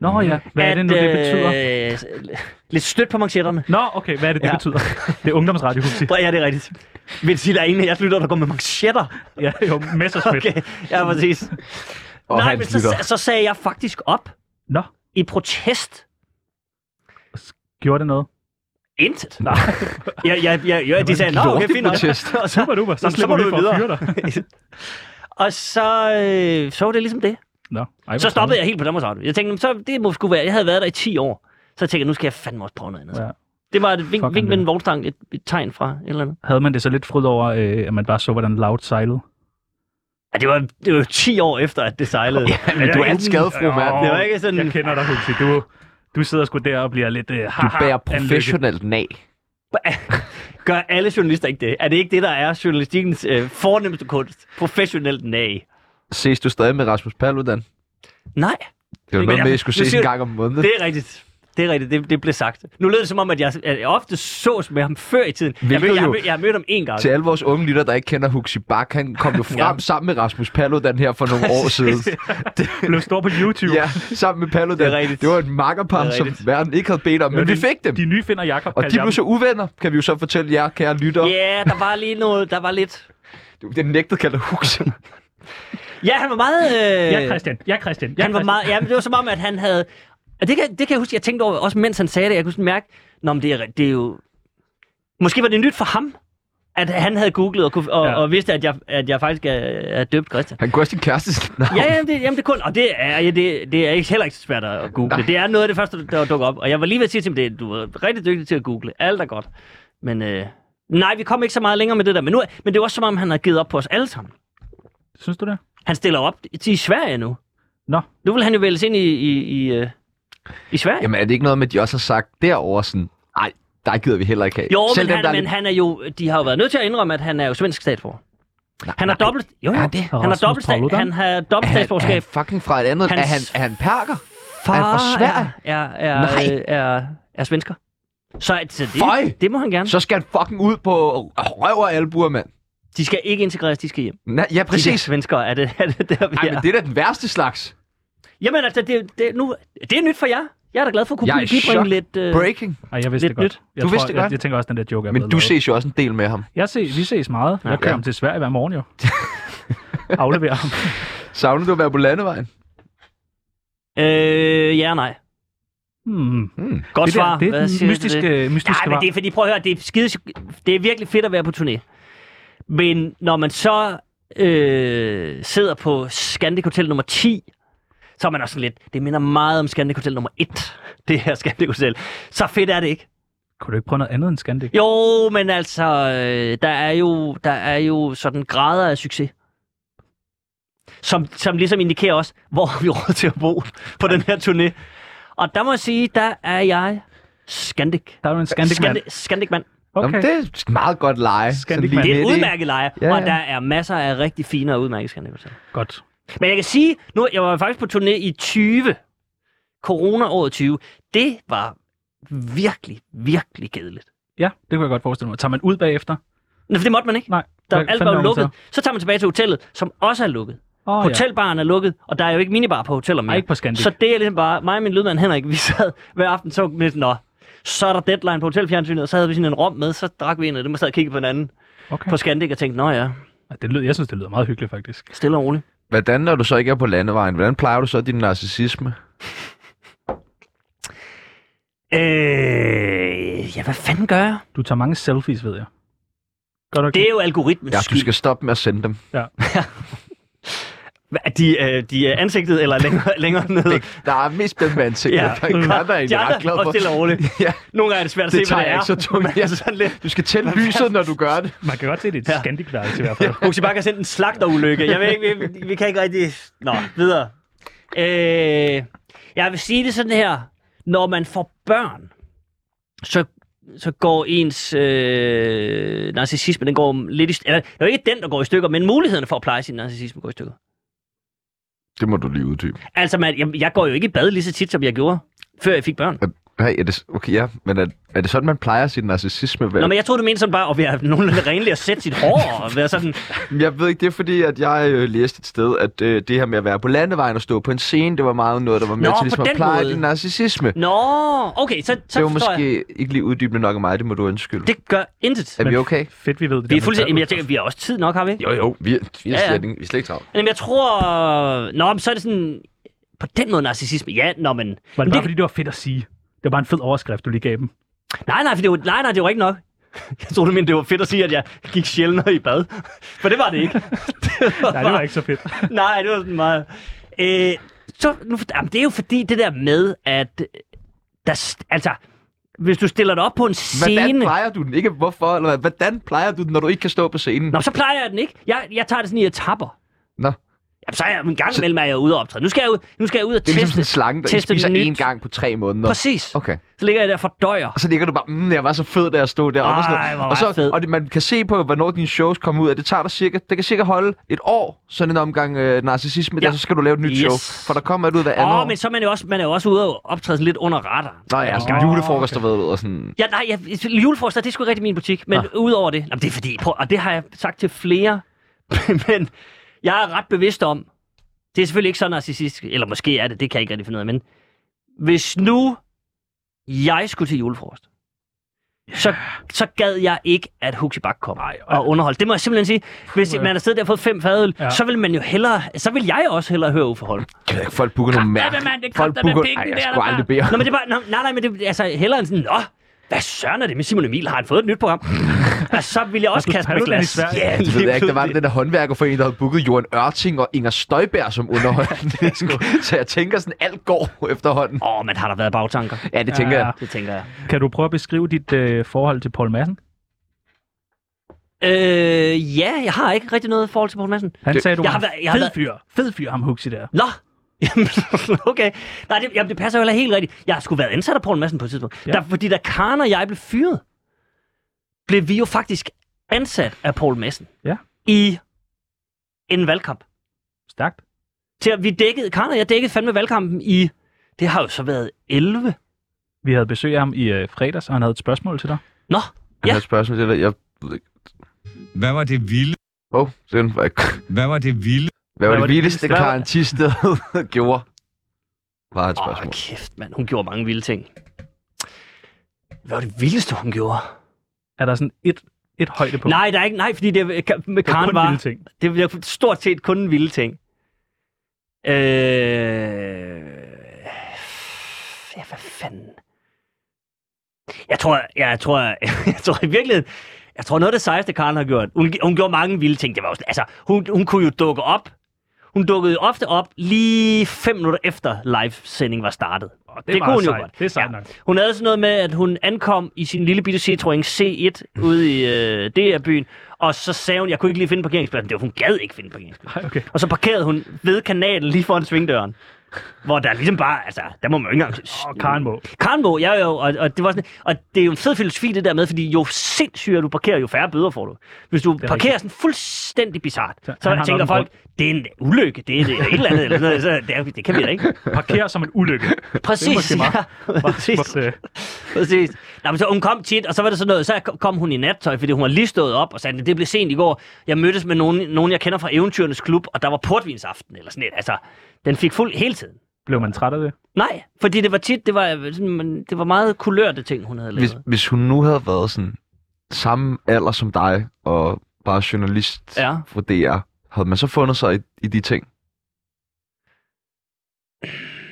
Speaker 2: Nå ja, hvad er det nu, det betyder?
Speaker 5: betyder? lidt stødt på manchetterne.
Speaker 2: Nå, okay, hvad er det, det
Speaker 5: Ja.
Speaker 2: betyder? Det er ungdomsradio, kunne man sige.
Speaker 5: Prøv, ja, det er rigtigt. Vil sige, der er ingen af jeres lytter, der går med manchetter.
Speaker 2: Ja, jo, Messerschmidt.
Speaker 5: Okay, ja, præcis.
Speaker 1: Og
Speaker 5: Nej, men
Speaker 1: hans
Speaker 5: så,
Speaker 1: lytter.
Speaker 5: så sagde jeg faktisk op
Speaker 2: Nå,
Speaker 5: i protest.
Speaker 2: gjorde det noget?
Speaker 5: Intet.
Speaker 2: Nej,
Speaker 5: Jeg, jeg, jeg, jeg, de sagde, nå, okay, fint nok.
Speaker 1: protest.
Speaker 5: Og så,
Speaker 2: super duper. Så
Speaker 5: Nå, så
Speaker 2: slipper
Speaker 5: må
Speaker 2: vi
Speaker 5: du
Speaker 2: for at
Speaker 5: videre.
Speaker 2: fyre dig.
Speaker 5: og så, øh, så var det ligesom det.
Speaker 2: Nå, ej, hvor
Speaker 5: Så
Speaker 2: træls.
Speaker 5: stoppede jeg helt på Danmarks Radio. Jeg tænkte, så det må sgu være. Jeg havde været der i 10 år. Så tænkte jeg, nu skal jeg fandme også prøve noget andet.
Speaker 2: Ja.
Speaker 5: Ja. Det var et
Speaker 2: Fucking
Speaker 5: vink, vink med
Speaker 2: det.
Speaker 5: en vognstang, et, et tegn fra et eller andet.
Speaker 2: Havde man det så lidt fryd over, øh, at man bare så, hvordan Loud sejlede?
Speaker 5: Ja, det var, det var 10 år efter, at det sejlede. Ja,
Speaker 1: Men du er en skadefro, mand.
Speaker 5: Det var ikke sådan-
Speaker 2: Jeg kender dig, Hulsi. Du, du sidder sgu der og bliver lidt... Øh,
Speaker 1: Du
Speaker 2: haha,
Speaker 1: bærer
Speaker 2: anlykket.
Speaker 1: professionelt nag.
Speaker 5: Gør alle journalister ikke det? Er det ikke det, der er journalistikkens øh, fornemmeste kunst? Professionelt nej.
Speaker 1: Ses du stadig med Rasmus Paludan?
Speaker 5: Nej,
Speaker 1: Det var
Speaker 5: Men
Speaker 1: noget
Speaker 5: jeg-
Speaker 1: med, at I skulle
Speaker 5: nu
Speaker 1: ses
Speaker 5: siger
Speaker 1: en
Speaker 5: du-
Speaker 1: gang om måneden.
Speaker 5: det er rigtigt. Det er rigtigt, det, det blev sagt. Nu lød det som om, at jeg, at jeg ofte sås med ham før i tiden. Jeg,
Speaker 1: Hvilket
Speaker 5: mød, jeg,
Speaker 1: jo-
Speaker 5: mød, jeg har mødt ham en gang.
Speaker 1: Til alle vores unge lytter, der ikke kender Huxi Bak, han kom jo frem
Speaker 5: Ja.
Speaker 1: sammen med Rasmus Paludan her for nogle år siden.
Speaker 2: Blev stor på YouTube.
Speaker 1: Ja, sammen med Paludan.
Speaker 5: Det er rigtigt.
Speaker 1: det var et makkerpar,
Speaker 5: Det er
Speaker 1: som
Speaker 5: rigtigt.
Speaker 1: verden ikke havde bedt om, men vi
Speaker 2: de-
Speaker 1: fik dem.
Speaker 2: De nye finder Jakob.
Speaker 1: Og de blev så uvenner, kan vi jo så fortælle jer, kære lytter.
Speaker 5: Altså, Ja, der var lige noget, der var lidt...
Speaker 1: Yeah. Den nægtede kalder Huxi.
Speaker 5: Ja, han var meget... Øh...
Speaker 2: Ja, Christian. Ja, Christian. Ja,
Speaker 5: han var
Speaker 2: Christian.
Speaker 5: meget, ja, men det var som om, at han havde... Og det kan, det kan jeg huske, jeg tænkte over, også mens han sagde det, jeg kunne sådan mærke, Nå, men det er, det er jo... Måske var det nyt for ham, at han havde googlet og, kunne, og,
Speaker 2: Ja.
Speaker 5: ja. og vidste, at jeg, at jeg faktisk er, er døbt Christian.
Speaker 1: Han kunne også din kæreste navn.
Speaker 5: Ja, jamen det, jamen det er kun, og det er, ja, det, det er ikke heller ikke så svært at google.
Speaker 1: Nej.
Speaker 5: Det er noget af det første, der dukker op. Og jeg var lige ved at sige til ham, det, du er rigtig dygtig til at google. Alt er godt. Men øh, nej, vi kom ikke så meget længere med det der. Men, nu, er- men det er også som om, han har givet op på os alle sammen.
Speaker 2: Synes du det?
Speaker 5: Han stiller op i Sverige nu.
Speaker 2: Nå.
Speaker 5: Nu vil han jo vælges ind i, i, i, øh, i Sverige.
Speaker 1: Jamen er det ikke noget med, at de også har sagt derovre sådan, nej, der gider vi heller ikke have.
Speaker 5: Jo,
Speaker 1: Selv
Speaker 5: men,
Speaker 1: dem, der
Speaker 5: han,
Speaker 1: er
Speaker 5: men
Speaker 1: lidt-
Speaker 5: han er jo, de har jo været nødt til at indrømme, at han er jo svensk statsborger.
Speaker 1: Nej,
Speaker 5: Han har
Speaker 1: nej.
Speaker 5: dobbelt, jo, jo.
Speaker 1: Er det?
Speaker 5: han har
Speaker 2: Rasmus
Speaker 5: dobbelt, sta-
Speaker 2: Paludan?
Speaker 5: han har dobbelt
Speaker 1: Er han, er han
Speaker 5: statsborgerskab.
Speaker 1: fucking fra et andet?
Speaker 5: Hans
Speaker 1: Er han, er han perker?
Speaker 5: Far
Speaker 1: han fra Sverige?
Speaker 5: er, er,
Speaker 1: Nej.
Speaker 5: er, øh, er, er svensker. Så, så
Speaker 1: Føj!
Speaker 5: det, det må han gerne.
Speaker 1: Så skal han fucking ud på røv og albuer, mand.
Speaker 5: De skal ikke integreres, de skal hjem.
Speaker 1: Nej, ja,
Speaker 5: De der
Speaker 1: præcis.
Speaker 5: svenskere er det, er det der, vi
Speaker 1: Ej,
Speaker 5: er.
Speaker 1: men det er da den værste slags.
Speaker 5: Jamen altså, det, det, nu, det er nyt for jer. Jeg er da glad for at kunne
Speaker 1: Jeg er i chok.
Speaker 5: bibringe lidt... Øh,
Speaker 1: Breaking.
Speaker 2: Ej, jeg vidste
Speaker 5: Lidt
Speaker 2: det godt.
Speaker 5: nyt.
Speaker 2: Jeg
Speaker 1: Du vidste det
Speaker 2: jeg,
Speaker 1: godt.
Speaker 2: Jeg, tænker også, den der joke er
Speaker 1: Men
Speaker 2: blevet
Speaker 1: du
Speaker 2: lavet.
Speaker 1: ses jo også en del med ham.
Speaker 2: Jeg ses, vi ses meget. Jeg
Speaker 5: Ja.
Speaker 2: kører ham til Sverige hver morgen jo. Afleverer ham.
Speaker 1: Savner du at være på landevejen?
Speaker 5: øh, ja og nej.
Speaker 2: Hmm.
Speaker 1: Hmm.
Speaker 5: Godt
Speaker 2: Det,
Speaker 5: svar.
Speaker 2: der, det er
Speaker 5: Hvad
Speaker 2: den
Speaker 5: siger du til
Speaker 2: mystiske, det? mystiske
Speaker 5: Nej, men det er fordi, prøv at høre, det er, skide, det er virkelig fedt at være på turné. Men når man så øh, sidder på Scandic Hotel nummer 10, så er man også sådan lidt, det minder meget om Scandic Hotel nummer 1, det her Scandic Hotel. Så fedt er det ikke.
Speaker 2: Kunne du ikke prøve noget andet end Scandic?
Speaker 5: Jo, men altså, øh, der er jo, der er jo sådan grader af succes. Som, som ligesom indikerer os, hvor har vi råd til at bo på den her turné. Og der må jeg sige, der er jeg Scandic.
Speaker 2: Der er jo en Scandic-mand.
Speaker 5: Scandic, Scandic mand.
Speaker 1: Okay. Jamen,
Speaker 2: Okay.
Speaker 1: det er et meget godt leje.
Speaker 2: Scandic
Speaker 1: Sådan
Speaker 2: Man.
Speaker 1: lige
Speaker 5: Det er et
Speaker 1: midt i.
Speaker 5: udmærket lejr,
Speaker 1: Ja,
Speaker 5: ja,
Speaker 1: ja.
Speaker 5: og der er masser af rigtig fine og udmærket skandinaviser.
Speaker 2: Godt.
Speaker 5: Men jeg kan sige, nu jeg var faktisk på turné i 20, corona-året 20. Det var virkelig, virkelig kedeligt.
Speaker 2: Ja, det kunne jeg godt forestille mig. Tager man ud bagefter?
Speaker 5: Nå, for det måtte man ikke.
Speaker 2: Nej.
Speaker 5: Der,
Speaker 2: Hvad
Speaker 5: alt
Speaker 2: fanden
Speaker 5: var
Speaker 2: er
Speaker 5: jo
Speaker 2: man
Speaker 5: lukket. Så tager man tilbage til hotellet, som også er lukket.
Speaker 2: så? Åh, ja.
Speaker 5: Hotelbaren er lukket, og der er jo ikke minibar på hoteller mere.
Speaker 2: Ej, ikke på Scandic.
Speaker 5: Så det er ligesom bare, mig og min lydmand Henrik, vi sad hver aften, så med, nå, så er der deadline på hotelfjernsynet, og så havde vi sådan en rom med, så drak vi en af dem og sad og kiggede på hinanden
Speaker 2: Okay.
Speaker 5: på Scandic og tænkte, nå ja,
Speaker 2: Ja, Det lyder, jeg synes, det lyder meget hyggeligt, faktisk.
Speaker 5: stille og roligt.
Speaker 1: Hvordan, når du så ikke er på landevejen, hvordan plejer du så din narcissisme?
Speaker 5: Øh, ja, hvad fanden gør jeg?
Speaker 2: Du tager mange selfies, ved jeg. Godt okay.
Speaker 5: Det er jo algoritmens
Speaker 1: Ja,
Speaker 5: ja,
Speaker 1: du
Speaker 5: skyld.
Speaker 1: skal stoppe med at sende dem.
Speaker 5: Hva- Er de, øh, de er ansigtet eller længere, længere nede?
Speaker 1: Der er mest blevet med ansigtet.
Speaker 5: Ja.
Speaker 1: Ja. Der er andre, jeg
Speaker 5: de
Speaker 1: er ret
Speaker 5: andre,
Speaker 1: glad
Speaker 5: og
Speaker 1: for.
Speaker 5: stille og roligt.
Speaker 1: Ja,
Speaker 5: Nogle gange er det svært at
Speaker 1: det
Speaker 5: se,
Speaker 1: tager
Speaker 5: hvad det
Speaker 1: jeg
Speaker 5: er.
Speaker 1: ikke så tungt.
Speaker 5: Men altså sådan lidt.
Speaker 1: Du skal tænde lyset, når du gør det.
Speaker 2: Man kan godt se, det er et
Speaker 5: Ja.
Speaker 2: ja. Scandic-værelse i hvert fald.
Speaker 5: Huxi Bakker sendt en slagterulykke. Jeg ved ikke, vi, vi kan ikke rigtig... Nå, videre. Øh, jeg vil sige det sådan her. Når man får børn, så, så går ens øh, narcissisme, den går lidt i... st- Eller, det er jo ikke den, der går i stykker, men mulighederne for at pleje sin narcissisme går i stykker.
Speaker 1: Det må du lige uddybe.
Speaker 5: Altså, man, jeg, jeg går jo ikke i bad lige så tit, som jeg gjorde, før jeg fik børn.
Speaker 1: Nej, er det, okay, ja. Men er, er det sådan, man plejer sit narcissisme? Vel?
Speaker 5: Nå, men jeg troede, du mente sådan bare at være nogenlunde renlig og sætte sit hår og være sådan...
Speaker 1: Jeg ved ikke, det er fordi, at jeg øh, læste et sted, at øh, det her med at være på landevejen og stå på en scene, det var meget noget, der var mere
Speaker 5: Nå,
Speaker 1: til
Speaker 5: på
Speaker 1: ligesom at
Speaker 5: den
Speaker 1: pleje
Speaker 5: måde.
Speaker 1: din narcissisme.
Speaker 5: Nå, okay, så, så
Speaker 1: det var
Speaker 5: forstår jeg.
Speaker 1: måske ikke lige uddybende nok af mig, det må du undskylde.
Speaker 5: Det gør intet.
Speaker 1: er vi okay?
Speaker 2: Fedt, vi ved det.
Speaker 5: Vi
Speaker 2: der
Speaker 5: er
Speaker 2: med
Speaker 5: fuldstændig... Jamen,
Speaker 2: Pablo.
Speaker 5: jeg tænker, vi har også tid nok, har vi? ikke?
Speaker 1: Jo, jo, vi er, vi er,
Speaker 5: Ja, ja.
Speaker 1: slet, ikke- vi er slet ikke travlt.
Speaker 5: Jamen, jeg tror... Nå, men så er det sådan... På den måde narcissisme. Ja, nå,
Speaker 2: Var
Speaker 5: men... men
Speaker 2: det bare,
Speaker 5: det,
Speaker 2: fordi det var fedt at sige? Det var bare en fed overskrift, du lige gav dem.
Speaker 5: Nej, nej, for det var, nej, nej, det var ikke nok. Jeg troede, du mente, det var fedt at sige, at jeg gik sjældnere i bad. For det var det ikke. det var
Speaker 2: Nej, det var ikke så fedt.
Speaker 5: Nej, det var sådan meget... Øh, så, nu, jamen, det er jo fordi det der med, at... øh, Der, s- altså, hvis du stiller dig op på en
Speaker 1: Hvordan
Speaker 5: scene...
Speaker 1: plejer du den? Ikke hvorfor, eller hvad? hvordan plejer du den, når du ikke kan stå på scenen?
Speaker 5: Nå, så plejer jeg den ikke. Jeg, jeg tager det sådan i etapper.
Speaker 1: Nå.
Speaker 5: Jamen, så er jeg en gang imellem, er jeg ude og optræde. Nu skal jeg ud, nu skal jeg ud og
Speaker 1: Det er
Speaker 5: teste.
Speaker 1: ligesom sådan en slange, der I
Speaker 5: teste
Speaker 1: spiser
Speaker 5: nyt.
Speaker 1: én gang på tre måneder.
Speaker 5: Præcis. Okay.
Speaker 1: Okay.
Speaker 5: Så ligger jeg der og fordøjer.
Speaker 1: Og så ligger du bare, mm, jeg var så fed, da jeg stod deroppe. og sådan
Speaker 5: Ej,
Speaker 1: noget.
Speaker 5: hvor var
Speaker 1: og, så,
Speaker 5: jeg fed.
Speaker 1: og det, man kan se på, hvornår dine shows kommer ud, at det tager dig cirka, det kan cirka holde et år, sådan en omgang øh, narcissisme, ja.
Speaker 5: Ja.
Speaker 1: der, så skal du lave et nyt
Speaker 5: Yes.
Speaker 1: show. For der kommer et ud hver andet
Speaker 5: Åh,
Speaker 1: år.
Speaker 5: oh, men så er man jo også, man er jo også ude og optræde sådan lidt under radar.
Speaker 1: Nå ja, sådan
Speaker 2: Åh,
Speaker 1: julefrokoster, ved du, og sådan...
Speaker 5: Ja, nej, jeg, julefrokoster, det er sgu ikke rigtig min butik, men Øhm. ah. udover det, jamen, det er fordi, prøv, og det har jeg sagt til flere, men jeg er ret bevidst om, det er selvfølgelig ikke så narcissistisk, eller måske er det, det kan jeg ikke rigtig finde ud af, men hvis nu jeg skulle til julefrokost, så, så gad jeg ikke, at Huxi Bak kom nej, og underholdt. Det må jeg simpelthen sige. Hvis
Speaker 2: Puha.
Speaker 5: man har siddet der og fået fem fadøl,
Speaker 2: Ja.
Speaker 5: ja. så vil man jo hellere, så vil jeg også hellere høre uforhold.
Speaker 1: Jeg ved ikke, folk booker nogle mærke.
Speaker 5: mand, det
Speaker 1: Folk
Speaker 5: kræfter med
Speaker 1: booker...
Speaker 5: pikken,
Speaker 1: Ej, jeg
Speaker 5: det er
Speaker 1: skulle
Speaker 5: der
Speaker 1: aldrig bede
Speaker 5: Nå, men det er bare, nå, nej, nej, men det, altså, hellere en sådan, nå, hvad søren er det med Simon Emil? Har han fået et nyt program? altså, så vil jeg også
Speaker 2: du
Speaker 5: kaste med
Speaker 2: Paludan i
Speaker 5: glas.
Speaker 2: Sverige?
Speaker 1: Ja, det ved jeg ikke. Der var den der håndværkerforening, der havde booket Johan Ørting og Inger Støjberg som underholdning. så jeg tænker sådan, alt går efterhånden.
Speaker 5: Åh, oh, men har der været bagtanker?
Speaker 1: Ja, det tænker
Speaker 2: Ja.
Speaker 1: jeg.
Speaker 5: Det tænker jeg.
Speaker 2: Kan du prøve at beskrive dit øh, forhold til Paul Madsen?
Speaker 5: Øh, ja, jeg har ikke rigtig noget forhold til Poul Madsen.
Speaker 2: Han
Speaker 1: Det-
Speaker 2: sagde, du
Speaker 5: Jeg
Speaker 2: var
Speaker 5: har
Speaker 2: en
Speaker 5: været- jeg har
Speaker 2: fed
Speaker 5: været-
Speaker 2: fyr. Fed fyr, ham Huxi der.
Speaker 5: Nå, Jamen, okay. Nej, det, jamen, det passer jo heller helt rigtigt. Jeg skulle været ansat af Poul Madsen på et tidspunkt.
Speaker 2: Ja.
Speaker 5: Ja. Der, fordi da Karen og jeg blev fyret, blev vi jo faktisk ansat af Poul Madsen.
Speaker 2: Ja.
Speaker 5: I en valgkamp.
Speaker 2: Stærkt.
Speaker 5: til at vi dækkede, Karen og jeg dækkede fandme valgkampen i, det har jo så været 11.
Speaker 2: Vi havde besøg af ham i øh, fredags, og han havde et spørgsmål til dig.
Speaker 5: Nå,
Speaker 1: Jeg
Speaker 5: Ja.
Speaker 1: har et spørgsmål til dig. Jeg ved ikke.
Speaker 3: Hvad var det vilde?
Speaker 1: Åh, oh, den var ikke...
Speaker 3: Hvad var det vilde?
Speaker 1: Hvad var
Speaker 2: Hvad
Speaker 1: det vildeste,
Speaker 2: Hvad var-
Speaker 1: Karen Tisted gjorde? Var et
Speaker 5: åh
Speaker 1: spørgsmål.
Speaker 5: kæft mand, hun gjorde mange vilde ting. Hvad var det vildeste, hun gjorde?
Speaker 2: Er der sådan et, et højdepunkt?
Speaker 5: Nej, der er ikke, nej, fordi det med
Speaker 2: det var
Speaker 5: Karen
Speaker 2: kun
Speaker 5: var,
Speaker 2: vilde ting.
Speaker 5: det var stort set kun en vilde ting. Øh, ja, hvad fanden? Jeg tror, jeg, jeg tror, jeg, tror i virkeligheden, jeg tror noget af det sejeste, Karen har gjort. Hun, hun gjorde mange vilde ting. Det var jo, sådan- altså, hun, hun kunne jo dukke op. Hun dukkede jo ofte op lige fem minutter efter livesendingen var startet.
Speaker 2: Åh,
Speaker 5: Det, det
Speaker 2: er
Speaker 5: kunne hun
Speaker 2: meget
Speaker 5: jo
Speaker 2: sejt.
Speaker 5: godt.
Speaker 2: Det er sejt nok.
Speaker 5: Hun havde sådan noget med, at hun ankom i sin lille bitte Citroën C1 ude i øh, DR-byen, og så sagde hun, jeg kunne ikke lige finde parkeringspladsen. Det var, hun gad ikke finde parkeringspladsen.
Speaker 2: Ej, okay.
Speaker 5: Og så parkerede hun ved kanalen lige foran svingdøren. Hvor der ligesom bare, altså, der må man jo ikke engang...
Speaker 2: Og Karen må.
Speaker 5: Karen må, ja jo, og, og, det var sådan, og det er jo en fed filosofi det der med, fordi jo sindssygere du parkerer, jo færre bøder får du. Hvis du
Speaker 2: er
Speaker 5: parkerer sådan fuldstændig bizart,
Speaker 2: Så
Speaker 5: så,
Speaker 2: han har
Speaker 5: så tænker
Speaker 2: nok en
Speaker 5: folk, det er en ulykke, det er det, et eller andet, eller sådan noget, så det, er- det kan vi da ikke.
Speaker 2: Parker som en ulykke.
Speaker 5: Præcis,
Speaker 2: måske meget-
Speaker 5: ja, præcis.
Speaker 2: Hvor, øh,
Speaker 5: Præcis. Nå, men så hun kom tit, og så var det sådan noget, så kom hun i nattøj, fordi hun var lige stået op og sagde, det blev sent i går. Jeg mødtes med nogen, nogen jeg kender fra Eventyrenes Klub, og der var portvinsaften eller sådan et. Altså, den fik fuld hele tiden.
Speaker 2: blev man træt af det?
Speaker 5: Nej, fordi det var tit, det var, øh, sådan, man- det var meget kulørte ting, hun havde lavet.
Speaker 1: Hvis, hvis hun nu havde været sådan samme alder som dig, og bare journalist
Speaker 5: Ja.
Speaker 1: fra DR, havde man så fundet sig i, i de ting?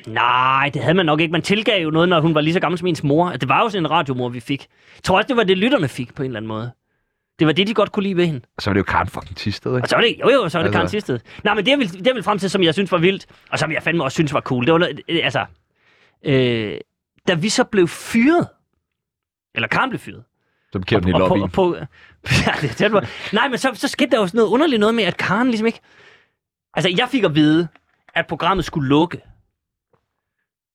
Speaker 5: Nej, det havde man nok ikke. Man tilgav jo noget, når hun var lige så gammel som ens mor. Altså, Det var jo sådan en radiomor, vi fik. Jeg tror også, det var det, lytterne fik på en eller anden måde. Det var det, de godt kunne lide ved hende.
Speaker 1: Og så var Altså, det jo Karen fucking Tisted,
Speaker 5: Og
Speaker 1: ikke?
Speaker 5: så var det, jo jo, så var det
Speaker 1: Altså-
Speaker 5: altså. Karen Tisted. Nej, men det jeg, vil, det jeg vil frem til, som jeg synes var vildt, og som jeg fandme også synes var cool, det var, noget- øh, altså, øh, da vi så blev fyret, eller Karen blev fyret,
Speaker 1: Så bekæmper den i
Speaker 5: og på,
Speaker 1: lobbyen.
Speaker 5: og på, ja, det er tæt på. Nej, men så, så skete der jo sådan noget underligt noget med, at Karen ligesom ikke... Altså, jeg fik at vide, at programmet skulle lukke.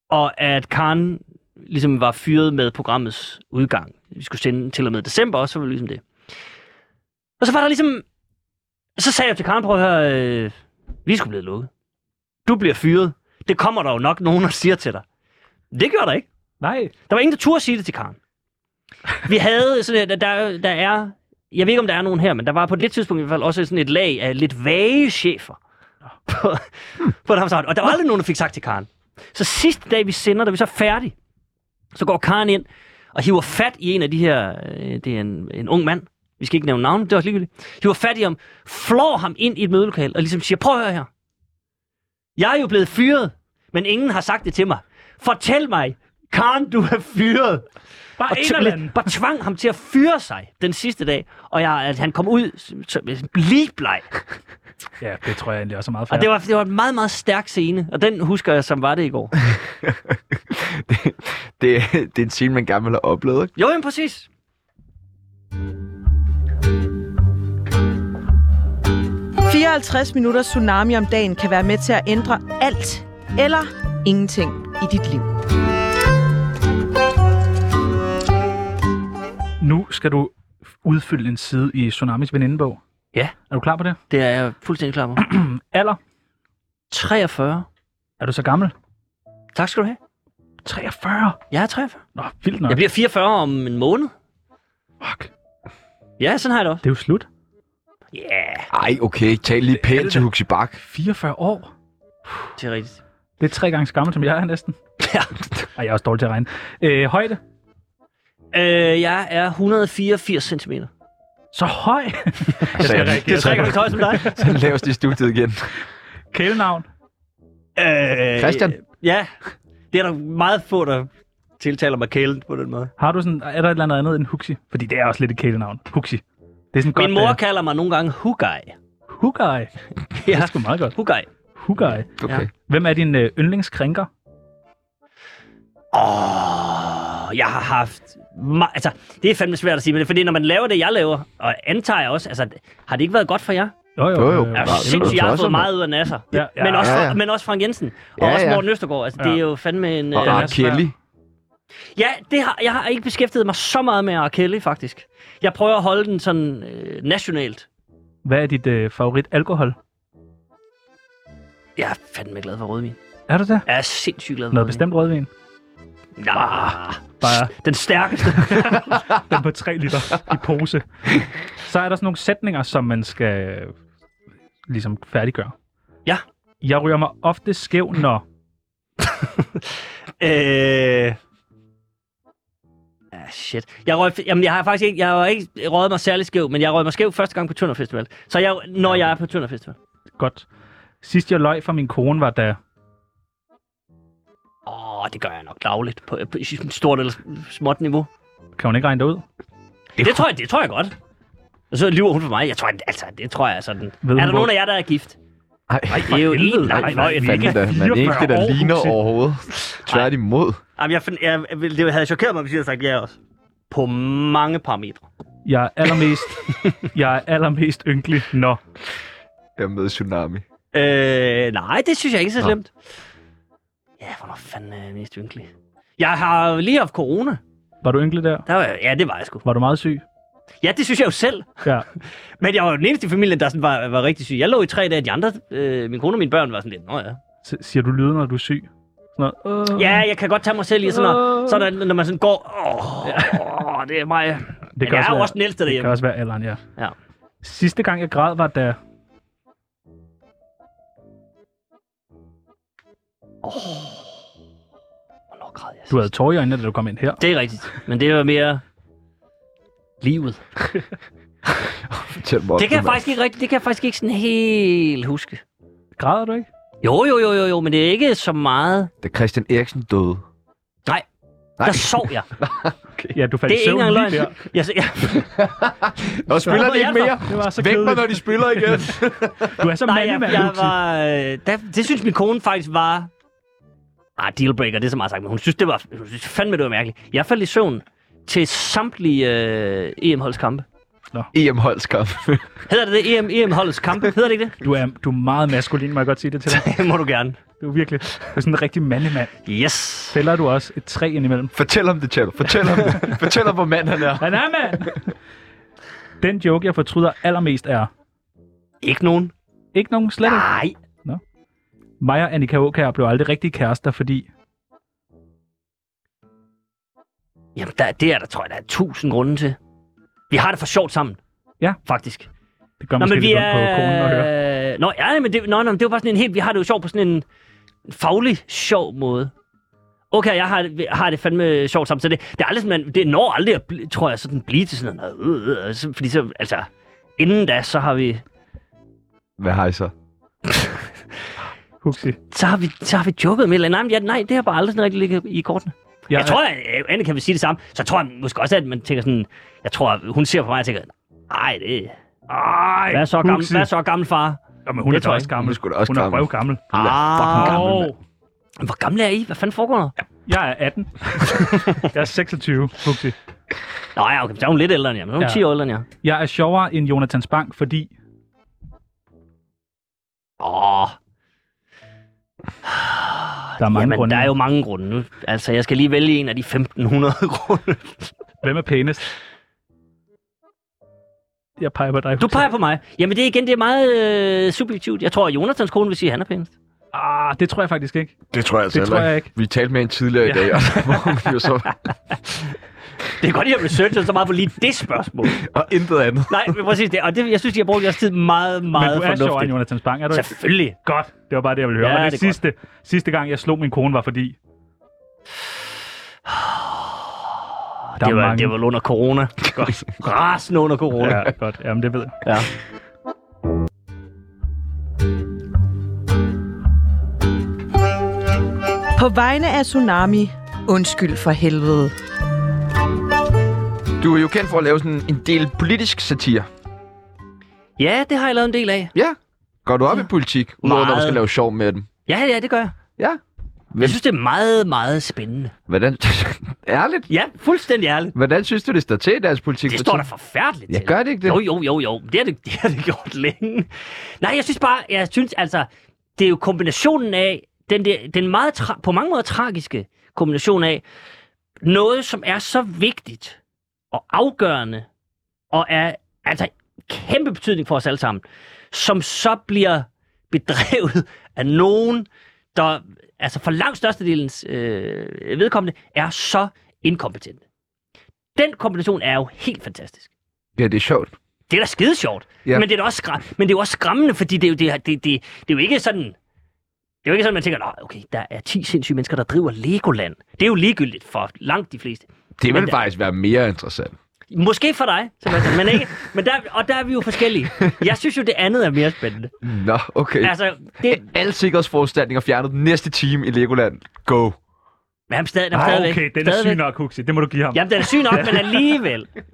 Speaker 5: Og at Karen ligesom var fyret med programmets udgang. Vi skulle sende til og med december, og så var det ligesom det. Og så var der ligesom... Så sagde jeg til Karen, prøv at høre, øh, vi skulle blive lukket. Du bliver fyret. Det kommer der jo nok nogen og siger til dig. Det gjorde der ikke.
Speaker 2: Nej.
Speaker 5: Der var ingen, der turde sige det til Karen. Vi havde sådan et, der, der er, jeg ved ikke, om der er nogen her, men der var på det tidspunkt i hvert fald også sådan et lag af lidt vage chefer på, på Damshavn. Og der var aldrig nogen, der fik sagt til Karen. Så sidste dag, vi sender, da vi så er færdige, så går Karen ind og hiver fat i en af de her, øh, det er en, en ung mand, vi skal ikke nævne navn, det er også ligegyldigt, hiver fat i ham, flår ham ind i et mødelokal og ligesom siger, prøv at høre her, jeg er jo blevet fyret, men ingen har sagt det til mig. Fortæl mig, Karen, du er fyret.
Speaker 2: Bare
Speaker 5: Og
Speaker 2: en eller anden.
Speaker 5: tv- bare tvang ham til at fyre sig den sidste dag, og jeg, at han kom ud som blibleg.
Speaker 2: Ja, det tror jeg egentlig også er meget
Speaker 5: Og
Speaker 2: fair.
Speaker 5: det var, det var en meget, meget stærk scene, og den husker jeg, som var det i går.
Speaker 1: Det, det, det er en scene, man gerne vil have oplevet, ikke?
Speaker 5: Jo, jamen præcis.
Speaker 6: Karen. 54 minutter tsunami om dagen kan være med til at ændre alt eller ingenting i dit liv.
Speaker 2: Nu skal du udfylde en side i Tsunamis venindebog.
Speaker 5: Ja.
Speaker 2: Er du klar på det?
Speaker 5: Det er jeg fuldstændig klar på.
Speaker 2: Alder.
Speaker 5: 43.
Speaker 2: Er du så gammel?
Speaker 5: Tak skal du have.
Speaker 2: 43.
Speaker 5: Jeg er 43.
Speaker 2: Nå, vildt nok.
Speaker 5: Jeg bliver 44 om en måned.
Speaker 2: Fuck.
Speaker 5: Ja, sådan har jeg det også.
Speaker 2: Det er jo slut.
Speaker 5: Ja, yeah,
Speaker 1: Ej, okay, tal lige pænt til Huxi Bak.
Speaker 2: 44 år.
Speaker 5: det er rigtigt.
Speaker 2: Det er tre gange så gammel, som jeg er næsten.
Speaker 5: Ja.
Speaker 2: Ej, jeg er også dårlig til at regne. Øh, højde.
Speaker 5: Øh, jeg er 184 cm.
Speaker 2: Så høj. jeg skal
Speaker 5: Det er tre
Speaker 2: reagere.
Speaker 5: gange så højt som dig.
Speaker 1: Så laves det i studiet igen.
Speaker 2: Kælenavn.
Speaker 5: Øh,
Speaker 1: Christian?
Speaker 5: øh, Ja, det er der meget få, der tiltaler mig kælen på den måde.
Speaker 2: Har du sådan, er der et eller andet andet end Huxi? Fordi det er også lidt et kælenavn. Huxi. Det er sådan godt...
Speaker 5: Min mor
Speaker 2: øh,
Speaker 5: kalder mig nogle gange Hugaj.
Speaker 2: Hugai.
Speaker 5: Ja,
Speaker 2: Det er sgu meget godt.
Speaker 5: Hugaj.
Speaker 2: Hugai.
Speaker 1: Okay.
Speaker 2: Hvem er din øh, yndlingskrænker?
Speaker 5: Åh, jeg har haft... Ma- altså, det er fandme svært at sige, men det er fordi, når man laver det, jeg laver, og antager jeg også, altså, har det ikke været godt for jer?
Speaker 1: Jo, jo.
Speaker 5: Jeg er
Speaker 1: Wow,
Speaker 5: jo
Speaker 1: det
Speaker 5: sindssygt, jeg har
Speaker 1: tosset,
Speaker 5: fået
Speaker 1: mand.
Speaker 5: meget ud af Nasser.
Speaker 2: Ja, ja,
Speaker 5: men, også,
Speaker 1: ja, ja.
Speaker 5: men også Frank Jensen. Og
Speaker 1: Ja,
Speaker 5: også
Speaker 1: ja.
Speaker 5: Morten Østergaard. Altså, det
Speaker 2: Ja.
Speaker 5: er jo fandme en...
Speaker 1: Og
Speaker 5: øh,
Speaker 1: R. Kelly.
Speaker 5: Ja, det har, jeg har ikke beskæftiget mig så meget med R. Kelly, faktisk. Jeg prøver at holde den sådan øh, nationalt.
Speaker 2: Hvad er dit øh, favorit alkohol?
Speaker 5: Jeg er fandme glad for rødvin.
Speaker 2: Er du det?
Speaker 5: Jeg er sindssygt glad for
Speaker 2: Noget
Speaker 5: rødvin.
Speaker 2: bestemt rødvin?
Speaker 5: Nah,
Speaker 2: Bare
Speaker 5: den stærkeste.
Speaker 2: den på 3 liter i pose. Så er der sådan nogle sætninger, som man skal øh, ligesom færdiggøre.
Speaker 5: Ja.
Speaker 2: Jeg ryger mig ofte skæv, når...
Speaker 5: øh... Ah, shit. Jeg, røg, jamen, jeg har faktisk ikke, jeg har ikke røget mig særlig skæv, men jeg røg mig skæv første gang på Tønder Festival. Så jeg, når jeg er på Tønder Festival.
Speaker 2: Godt. Sidst jeg løg for min kone var da...
Speaker 5: Åh, oh, det gør jeg nok dagligt på, på, på stort eller småt niveau.
Speaker 2: Kan hun ikke regne det ud?
Speaker 5: Det, det tror jeg, det tror jeg godt. Og så lyver hun for mig. Jeg tror, altså, det tror jeg sådan.
Speaker 2: hun,
Speaker 5: er der
Speaker 2: hvor-
Speaker 5: nogen af jer, der er gift?
Speaker 1: Ej,
Speaker 5: Det er jo en lang løgn.
Speaker 1: fandme da. Man er ikke det, der ligner overhovedet. Tværtimod.
Speaker 5: Jamen, jeg, find, jeg, jeg, ville- det havde chokeret mig, hvis jeg havde sagt ja også. På mange parametre.
Speaker 2: Jeg er allermest, jeg er allermest ynkelig, når...
Speaker 1: Jeg er med i Tsunami.
Speaker 5: Øh, nej, det synes jeg ikke er så
Speaker 1: Nå.
Speaker 5: slemt. Ja, hvornår fanden er jeg mest ynkelig? Jeg har jo lige haft corona.
Speaker 2: Var du ynkelig der?
Speaker 5: Der var, jeg- ja, det var jeg sgu.
Speaker 2: Var du meget syg?
Speaker 5: Ja, det synes jeg jo selv.
Speaker 2: Ja.
Speaker 5: Men jeg var jo den eneste i familien, der sådan var, var rigtig syg. Jeg lå i tre dage, de andre, øh, min kone og mine børn var sådan lidt, nå ja.
Speaker 2: S- siger du lyde, når du er syg? Sådan noget, øh,
Speaker 5: Ja, jeg kan godt tage mig selv i sådan noget. Sådan, når man sådan går, åh, åh det er mig.
Speaker 2: det
Speaker 5: Men jeg er jo
Speaker 2: være,
Speaker 5: også den ældste
Speaker 2: Det kan
Speaker 5: derhjemme.
Speaker 2: også være alderen, ja.
Speaker 5: Ja.
Speaker 2: Sidste gang, jeg græd, var da...
Speaker 5: Hvornår græd jeg
Speaker 2: Du havde tårer i øjnene, da du kom ind her.
Speaker 5: Det er rigtigt, men det var mere livet.
Speaker 1: Fortæl mig om
Speaker 5: Det kan jeg
Speaker 1: mand.
Speaker 5: faktisk ikke rigtig, det kan jeg faktisk ikke sådan helt huske.
Speaker 2: Græder du ikke?
Speaker 5: Jo, jo, jo, jo, jo, men det er ikke så meget.
Speaker 1: Da Christian Eriksen døde.
Speaker 5: Nej,
Speaker 1: Nej.
Speaker 5: der sov jeg.
Speaker 2: Ja, du faldt i
Speaker 5: Det er ikke
Speaker 2: søvn
Speaker 5: engang
Speaker 2: lige
Speaker 5: løgn.
Speaker 2: der.
Speaker 5: Jeg, jeg,
Speaker 1: Nå, spiller de ikke mere?
Speaker 2: Det var så
Speaker 1: Væk mig,
Speaker 2: kedeligt.
Speaker 1: når de spiller igen.
Speaker 2: Du er så
Speaker 5: nej, jeg,
Speaker 2: mandemand,
Speaker 5: jeg
Speaker 2: Huxi.
Speaker 5: var... Øh, der, det synes min kone faktisk var... Ah, dealbreaker, det er så meget sagt, men hun synes, det var, hun synes fandme, det var mærkeligt. Jeg faldt i søvn til samtlige øh, EM-holdskampe.
Speaker 1: E EM-holdskamp.
Speaker 5: Hedder det E det? EM, EM-holdets kampe? Hedder det ikke det?
Speaker 2: Du er, du er meget maskulin, må jeg godt sige det til dig.
Speaker 5: Det må du gerne.
Speaker 2: Du er virkelig du er sådan en rigtig mandemand.
Speaker 5: Yes.
Speaker 2: Fælder du også et træ indimellem?
Speaker 1: Fortæl om det, Tjano. Fortæl om det. Fortæl om, hvor mand han er.
Speaker 2: Han er mand! Den joke, jeg fortryder allermest, er...
Speaker 5: Ikke nogen.
Speaker 2: Ikke nogen slet ikke.
Speaker 5: Nej.
Speaker 2: Mig og Annika Åkær blev aldrig rigtig kærester, fordi...
Speaker 5: Jamen, der, det er der, tror jeg, der er tusind grunde til. Vi har det for sjovt sammen.
Speaker 2: Ja.
Speaker 5: Faktisk.
Speaker 2: Det gør måske lidt ondt på konen at høre.
Speaker 5: Nå, ja, men det, nå, nå, men det var bare sådan en helt... Vi har det jo sjovt på sådan en faglig sjov måde. Okay, jeg har, har det fandme sjovt sammen, så det, det, er aldrig, sådan, man, det når aldrig at, bl- tror jeg, sådan blive til sådan noget. Øh, øh, så- fordi så, altså, inden da, så har vi,
Speaker 1: Hvad har I så?
Speaker 2: Huxi.
Speaker 5: så har vi, så har vi joket med et eller andet. Nej, men ja, nej, det har bare aldrig sådan rigtig ligget i kortene. Jeg, jeg tror, at Anne kan vi sige det samme. Så tror jeg måske også, at man tænker sådan... Jeg tror, at hun ser på mig og tænker, nej, det...
Speaker 2: Ej,
Speaker 5: Hvad så, gammel,
Speaker 2: Huxi.
Speaker 5: hvad så, gammel far?
Speaker 2: Jamen, hun er
Speaker 5: Det
Speaker 2: da
Speaker 5: tror jeg
Speaker 2: også
Speaker 5: ikke.
Speaker 1: Hun er
Speaker 2: gammel.
Speaker 1: sgu da også
Speaker 2: Hun er
Speaker 1: gammel.
Speaker 2: røvgammel.
Speaker 5: Ah,
Speaker 2: Åh,
Speaker 5: Hvor gammel er I? Hvad fanden foregår der?
Speaker 2: jeg er 18. jeg er 26, Huxi.
Speaker 5: Nå ja, okay, så er hun lidt ældre end jeg, men hun er
Speaker 2: Ja.
Speaker 5: 10 år ældre end jeg.
Speaker 2: Jeg er sjovere end Jonathan Spang, fordi...
Speaker 5: Åh,
Speaker 2: Der er mange
Speaker 5: jamen,
Speaker 2: grunde.
Speaker 5: der er jo mange grunde nu. Altså, jeg skal lige vælge en af de 1500 grunde.
Speaker 2: Hvem er pænest? Jeg peger på dig.
Speaker 5: Du
Speaker 2: Huxi.
Speaker 5: peger på mig. Jamen, det er igen, det er meget øh, subjektivt. Jeg tror, at Jonathans kone vil sige, at han er pænest.
Speaker 2: Ah, det tror jeg faktisk ikke.
Speaker 1: Det tror jeg altså
Speaker 2: Det tror jeg ikke.
Speaker 1: Vi talte med en tidligere i
Speaker 2: Ja.
Speaker 1: dag, og så var hun jo så...
Speaker 5: Det er godt, at jeg researchede så meget på lige det spørgsmål.
Speaker 1: Og intet andet.
Speaker 5: Nej, men præcis det. Og det, jeg synes, de har brugt deres tid meget,
Speaker 2: Men
Speaker 5: meget
Speaker 2: du er sjovere end
Speaker 5: fornuftigt.
Speaker 2: Jonathan Spang, er du ikke?
Speaker 5: Selvfølgelig.
Speaker 2: Godt. Det var bare det, jeg ville høre.
Speaker 5: Ja,
Speaker 2: og det,
Speaker 5: det er
Speaker 2: sidste, sidste gang, jeg slog min kone, var fordi... Der
Speaker 5: Det
Speaker 2: er
Speaker 5: var,
Speaker 2: mange.
Speaker 5: det var under corona.
Speaker 2: godt.
Speaker 5: Rasen under corona.
Speaker 2: Ja, godt. Jamen, det ved jeg.
Speaker 5: Ja.
Speaker 6: På vegne af Tsunami, undskyld for helvede.
Speaker 1: Du er jo kendt for at lave sådan en del politisk satire.
Speaker 5: ja, det har jeg lavet en del af.
Speaker 1: Ja. Går du op i politik, udover når du
Speaker 5: Meget.
Speaker 1: skal lave sjov med dem?
Speaker 5: Ja, ja, det gør jeg.
Speaker 1: Ja.
Speaker 5: Jeg synes, det er meget, meget spændende.
Speaker 1: Hvordan... Ærligt?
Speaker 5: Ja, fuldstændig ærligt.
Speaker 1: Hvordan synes du, det står til i dansk politik?
Speaker 5: Det
Speaker 1: for
Speaker 5: står der
Speaker 1: tiden?
Speaker 5: forfærdeligt
Speaker 1: Ja,
Speaker 5: til.
Speaker 1: gør det ikke det?
Speaker 5: Jo, jo, jo, jo. Det har det, det, har det gjort længe. Nej, jeg synes bare, jeg synes altså, det er jo kombinationen af, den, der, den meget tra- på mange måder tragiske kombination af, noget, som er så vigtigt og afgørende, og er altså kæmpe betydning for os alle sammen, som så bliver bedrevet af nogen, der altså for langt størstedelens øh, vedkommende er så inkompetente. Den kombination er jo helt fantastisk.
Speaker 1: Ja, det er sjovt.
Speaker 5: Det er da skide sjovt.
Speaker 1: Ja.
Speaker 5: Ja. Men, det er da også skra- men det er jo også skræmmende, fordi det er jo, det, er- det, det, det er jo ikke sådan... Det er jo ikke sådan, man tænker, "Nå, okay, der er 10 sindssyge mennesker, der driver Legoland. Det er jo ligegyldigt for langt de fleste.
Speaker 1: Det
Speaker 5: Men
Speaker 1: vil
Speaker 5: der-
Speaker 1: faktisk være mere interessant.
Speaker 5: Måske for dig, Sebastian, men ikke. Men der, og der er vi jo forskellige. Jeg synes jo, det andet er mere spændende.
Speaker 1: Nå,
Speaker 2: Øh.
Speaker 1: okay.
Speaker 5: Altså, det,
Speaker 1: Alle sikkerhedsforanstaltninger fjernet den næste time i Legoland. Go.
Speaker 5: men han stadig, han
Speaker 2: Ah,
Speaker 5: stadigvæk,
Speaker 2: okay, den er
Speaker 5: stadigvæk.
Speaker 2: syg nok, Huxi. Det må du give ham.
Speaker 5: Jamen, den er syg nok, men alligevel.
Speaker 1: Sygt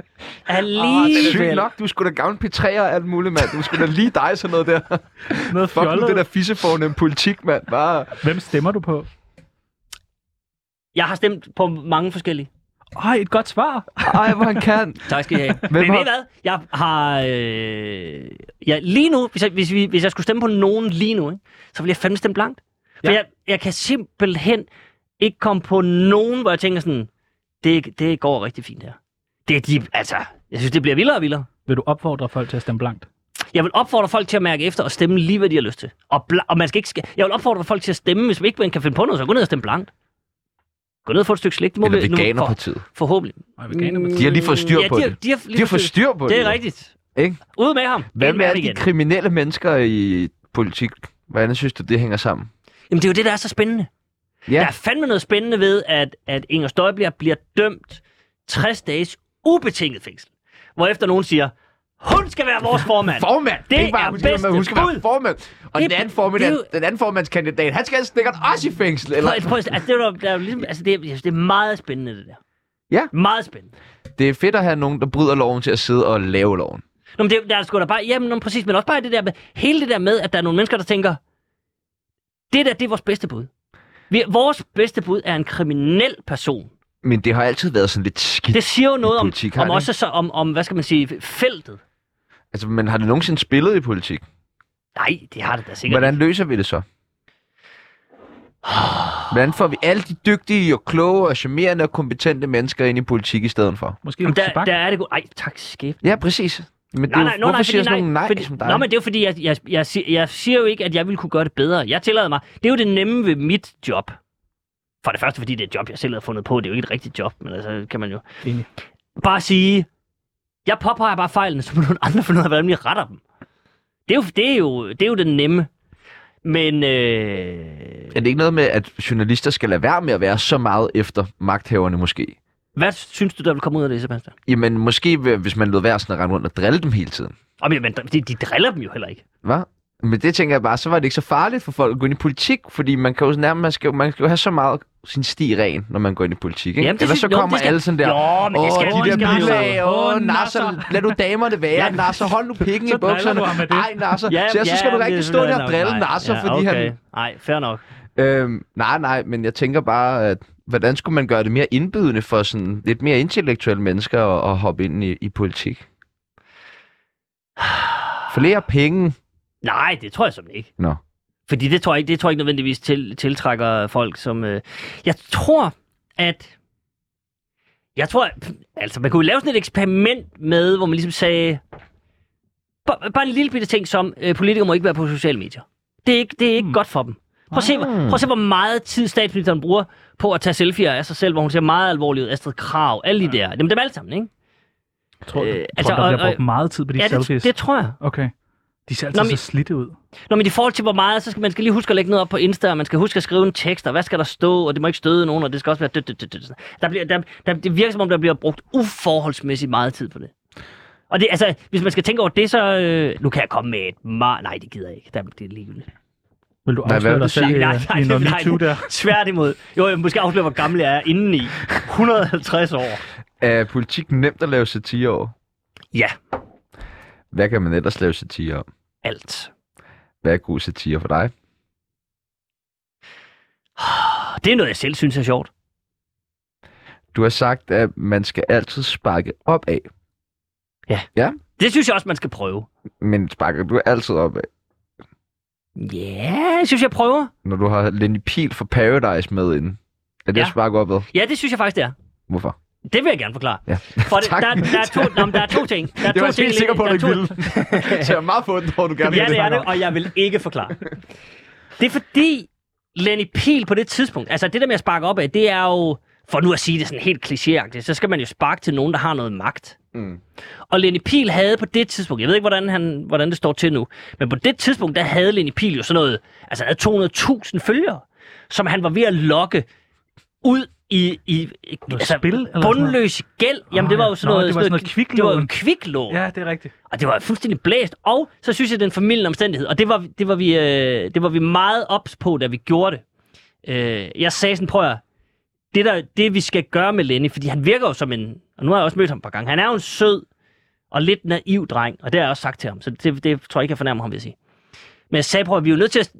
Speaker 5: Alligevel.
Speaker 1: nok, du skulle da gammel P3'er og alt muligt, mand. Du skulle da lige dig sådan noget der.
Speaker 2: Noget
Speaker 1: Fuck nu
Speaker 2: fjollet.
Speaker 1: det der fissefornem politik, mand. Bare...
Speaker 2: Hvem stemmer du på?
Speaker 5: Jeg har stemt på mange forskellige.
Speaker 2: Ej, et godt svar.
Speaker 1: Ej, hvor han kan.
Speaker 5: Tak skal I have. Men,
Speaker 1: har-
Speaker 5: ved I hvad? Jeg har... Øh... Ja, lige nu, hvis jeg, hvis, vi, hvis jeg skulle stemme på nogen lige nu, ikke? så ville jeg fandme stemme blankt. For
Speaker 2: Ja.
Speaker 5: jeg, jeg kan simpelthen ikke komme på nogen, hvor jeg tænker sådan, det, det går rigtig fint her. Det er de, altså, jeg synes, det bliver vildere og vildere.
Speaker 2: Vil du opfordre folk til at stemme blankt?
Speaker 5: Jeg vil opfordre folk til at mærke efter og stemme lige, hvad de har lyst til. Og, bla- og man skal ikke sk- jeg vil opfordre folk til at stemme, hvis man ikke man kan finde på noget, så gå ned og stemme blankt. Gå ned og få et stykke slik. Det må
Speaker 1: Eller
Speaker 5: vi, nu, for,
Speaker 1: Veganerpartiet.
Speaker 5: forhåbentlig.
Speaker 2: Nej, veganer.
Speaker 1: De har lige fået styr
Speaker 5: ja,
Speaker 1: på
Speaker 5: de har,
Speaker 1: det.
Speaker 5: De har, lige
Speaker 1: De har fået styr på det.
Speaker 5: Det er rigtigt.
Speaker 1: Ikke?
Speaker 5: Ud med ham.
Speaker 1: Hvad
Speaker 5: Ind
Speaker 1: med
Speaker 5: ham
Speaker 1: alle de
Speaker 5: igen.
Speaker 1: kriminelle mennesker i politik? Hvordan synes du, det hænger sammen?
Speaker 5: Jamen, det er jo det, der er så spændende. Ja. Der er fandme noget spændende ved, at, at Inger Støjbjerg bliver dømt 60 dages ubetinget fængsel. Hvorefter nogen siger, hun skal være vores formand.
Speaker 1: Formand!
Speaker 5: Det
Speaker 1: ikke bare,
Speaker 5: er
Speaker 1: hun skal være-
Speaker 5: bedste
Speaker 1: hun skal være
Speaker 5: bud.
Speaker 1: formand. Og
Speaker 5: Det-
Speaker 1: den anden, formand,
Speaker 5: det er jo-
Speaker 1: den anden formandskandidat, han skal altså sikkert også i fængsel, eller?
Speaker 5: Prøv, prøv, at- altså, det, er, jo- der er jo ligesom, altså, det, er, jeg synes, det er meget spændende, det der.
Speaker 1: Ja.
Speaker 5: Meget spændende.
Speaker 1: Det er fedt at have nogen, der bryder loven til at sidde og lave loven.
Speaker 5: Nå, men det, er- der er sgu da bare, jamen, nå, præcis, men også bare det der med, hele det der med, at der er nogle mennesker, der tænker, det der, det er vores bedste bud. Vi, vores bedste bud er en kriminel person,
Speaker 1: Men det har altid været sådan lidt skidt.
Speaker 5: Det siger jo noget om,
Speaker 1: politik, har
Speaker 5: om
Speaker 1: det
Speaker 5: også så, om, om, hvad skal man sige, feltet.
Speaker 1: Altså, men har det nogensinde spillet i politik?
Speaker 5: Nej, det har det da sikkert.
Speaker 1: Hvordan løser vi det så? Hvordan får vi alle de dygtige og kloge og charmerende og kompetente mennesker ind i politik i stedet for?
Speaker 2: Måske
Speaker 5: Jamen,
Speaker 2: Jamen,
Speaker 5: Mm, der,
Speaker 2: der,
Speaker 5: der er det godt. Ej, tak skæbne.
Speaker 1: Ja, præcis. Men det er
Speaker 5: Nej,
Speaker 1: jo-
Speaker 5: nej, nå,
Speaker 1: hvorfor
Speaker 5: nej,
Speaker 1: siger
Speaker 5: fordi,
Speaker 1: sådan nogle nej,
Speaker 5: fordi,
Speaker 1: som dig?
Speaker 5: Nå, men det er jo fordi, jeg, jeg, jeg, siger, jeg siger jo ikke, at jeg ville kunne gøre det bedre. Jeg tillader mig. Det er jo det nemme ved mit job. For det første, fordi det er et job, jeg selv har fundet på. Det er jo ikke et rigtigt job, men altså, kan man jo...
Speaker 2: Enig.
Speaker 5: Bare sige, jeg påpeger bare fejlene, så må nogle andre finde ud af, hvordan vi retter dem. Det er jo det, er jo, det, er jo det nemme. Men øh,
Speaker 1: Er det ikke noget med, at journalister skal lade være med at være så meget efter magthaverne måske?
Speaker 5: hvad synes du, der vil komme ud af det, Sebastian?
Speaker 1: Jamen, måske ved- hvis man lød være sådan at rende rundt og drille dem hele tiden.
Speaker 5: Og men, men de, de driller dem jo heller ikke.
Speaker 1: Hvad? Men det tænker jeg bare, så var det ikke så farligt for folk at gå ind i politik, fordi man kan jo nærmest, man skal, jo- man skal jo have så meget sin sti ren, når man går ind i politik, ikke?
Speaker 5: Jamen, det
Speaker 1: Ellers
Speaker 5: synes-
Speaker 1: så
Speaker 5: jo,
Speaker 1: kommer
Speaker 5: det skal-
Speaker 1: alle sådan der,
Speaker 5: Jo, men det skal-
Speaker 1: åh,
Speaker 5: det
Speaker 1: de
Speaker 5: skal-
Speaker 1: der bilag,
Speaker 2: Åh,
Speaker 1: åh, Nasser,
Speaker 2: Nasser."
Speaker 1: lad nu damerne være,
Speaker 5: Ja.
Speaker 1: ja. Nasser, hold nu pikken i
Speaker 2: Så driller
Speaker 1: bukserne.
Speaker 2: du ham med det.
Speaker 1: Ej, Nasser, ja, så, ja, så skal du da ikke
Speaker 5: det-
Speaker 1: stå der
Speaker 5: nok,
Speaker 1: og drille
Speaker 5: nej.
Speaker 1: Nasser, ja, fordi okay. han,
Speaker 5: Nej, fair nok.
Speaker 1: Øhm, nej, nej, men jeg tænker bare, at hvordan skulle man gøre det mere indbydende for sådan lidt mere intellektuelle mennesker at, at hoppe ind i, i politik? Flere penge.
Speaker 5: Nej, det tror jeg simpelthen ikke.
Speaker 1: Nå.
Speaker 5: Fordi det tror jeg ikke, det tror jeg ikke nødvendigvis til, tiltrækker folk, som... Øh, jeg tror, at... Jeg tror, at- altså man kunne lave sådan et eksperiment med, hvor man ligesom sagde... Bare, bare en lille bitte ting som, øh, politikere må ikke være på sociale medier. Det er ikke, det er
Speaker 1: Hmm.
Speaker 5: ikke mm. godt for dem. Prøv at,
Speaker 1: Ah.
Speaker 5: se, hvor- prøv at se, hvor meget tid statsministeren bruger på at tage selfies af sig selv, hvor hun ser meget alvorlig ud. Astrid Krav, alle de der. Jamen dem alle sammen, ikke?
Speaker 2: Tror,
Speaker 5: Øh,
Speaker 2: øh, altså,
Speaker 5: altså,
Speaker 2: tror, der
Speaker 5: og-
Speaker 2: bliver
Speaker 5: og-
Speaker 2: brugt meget tid på de
Speaker 5: Ja,
Speaker 2: ja, selfies.
Speaker 5: det, det tror jeg.
Speaker 2: Okay. De ser altid
Speaker 5: Nå,
Speaker 2: Nå,
Speaker 5: men-
Speaker 2: så slidte ud.
Speaker 5: Nå, men i forhold til hvor meget, så skal man skal lige huske at lægge noget op på Insta, og man skal huske at skrive en tekst, og hvad skal der stå, og det må ikke støde nogen, og det skal også være dødt, dødt, dødt, dødt. Der bliver, der, der, det virker som om, der bliver brugt uforholdsmæssigt meget tid på det. Og det, altså, hvis man skal tænke over det, så... Øh, nu kan jeg komme med et meget... Nej, det gider jeg ikke. Der, det er ligegyldigt.
Speaker 2: Vil du
Speaker 1: hvad
Speaker 2: afsløre
Speaker 1: vil du
Speaker 2: dig selv
Speaker 1: sige?
Speaker 2: øh,
Speaker 5: Nej, nej,
Speaker 2: i noget
Speaker 5: nej,
Speaker 2: MeToo der?
Speaker 5: Tværtimod. Jo, jeg måske afsløre, hvor gammel jeg er indeni. 150 år.
Speaker 1: Er politik nemt at lave satire over?
Speaker 5: Ja,
Speaker 1: Hvad kan man ellers lave satire om?
Speaker 5: alt.
Speaker 1: Hvad er god satire for dig?
Speaker 5: Og det er noget, jeg selv synes er sjovt.
Speaker 1: Du har sagt, at man skal altid sparke op af.
Speaker 5: Det synes jeg også, man skal prøve.
Speaker 1: Men sparker du altid op af?
Speaker 5: Ja, yeah, jeg synes, jeg prøver.
Speaker 1: Når du har Lenny Pil fra Paradise med inden. Er det
Speaker 5: Ja.
Speaker 1: ja. at sparke op ad?
Speaker 5: Ja, det synes jeg faktisk, det er.
Speaker 1: Hvorfor?
Speaker 5: Det vil jeg gerne forklare.
Speaker 1: Ja.
Speaker 5: For det,
Speaker 1: Tak.
Speaker 5: der, der, er to, nå, men der er to ting. Der er
Speaker 1: Det
Speaker 5: to
Speaker 1: var jeg
Speaker 5: ting,
Speaker 1: helt sikker på, at
Speaker 5: der
Speaker 1: du
Speaker 5: er
Speaker 1: ikke
Speaker 5: to-
Speaker 1: ville. Så jeg er meget på den, hvor du gerne
Speaker 5: Ja,
Speaker 1: vil
Speaker 5: det er det,
Speaker 1: snakke om.
Speaker 5: og jeg vil ikke forklare. Det er fordi, Lenny Pihl på det tidspunkt, altså det der med at sparke op af, det er jo, for nu at sige det sådan helt klichéagtigt, så skal man jo sparke til nogen, der har noget magt.
Speaker 1: Mm.
Speaker 5: Og Lenny Pihl havde på det tidspunkt, jeg ved ikke, hvordan, han, hvordan det står til nu, men på det tidspunkt, der havde Lenny Pihl jo sådan noget, altså han havde 200.000 følgere, som han var ved at lokke ud i, i, i
Speaker 2: Noget spil, eller sådan noget? Ah,
Speaker 5: bundløs gæld. Jamen, det var jo sådan
Speaker 2: Nå,
Speaker 5: noget...
Speaker 2: det var sådan noget
Speaker 5: Det var jo
Speaker 2: kviklån.
Speaker 5: en kviklån.
Speaker 2: Ja, det er rigtigt.
Speaker 5: Og det var fuldstændig blæst. Og så synes jeg, det er en familien omstændighed. Og det var, det var, vi, øh, det var vi meget ops på, da vi gjorde det. Øh, jeg sagde sådan, prøv at høre, det, der, det vi skal gøre med Lenny, fordi han virker jo som en, og nu har jeg også mødt ham et par gange, han er jo en sød og lidt naiv dreng, og det har jeg også sagt til ham, så det, det tror jeg ikke, jeg fornærmer ham, vil jeg sige. Men jeg sagde, prøv at, vi er jo nødt til at,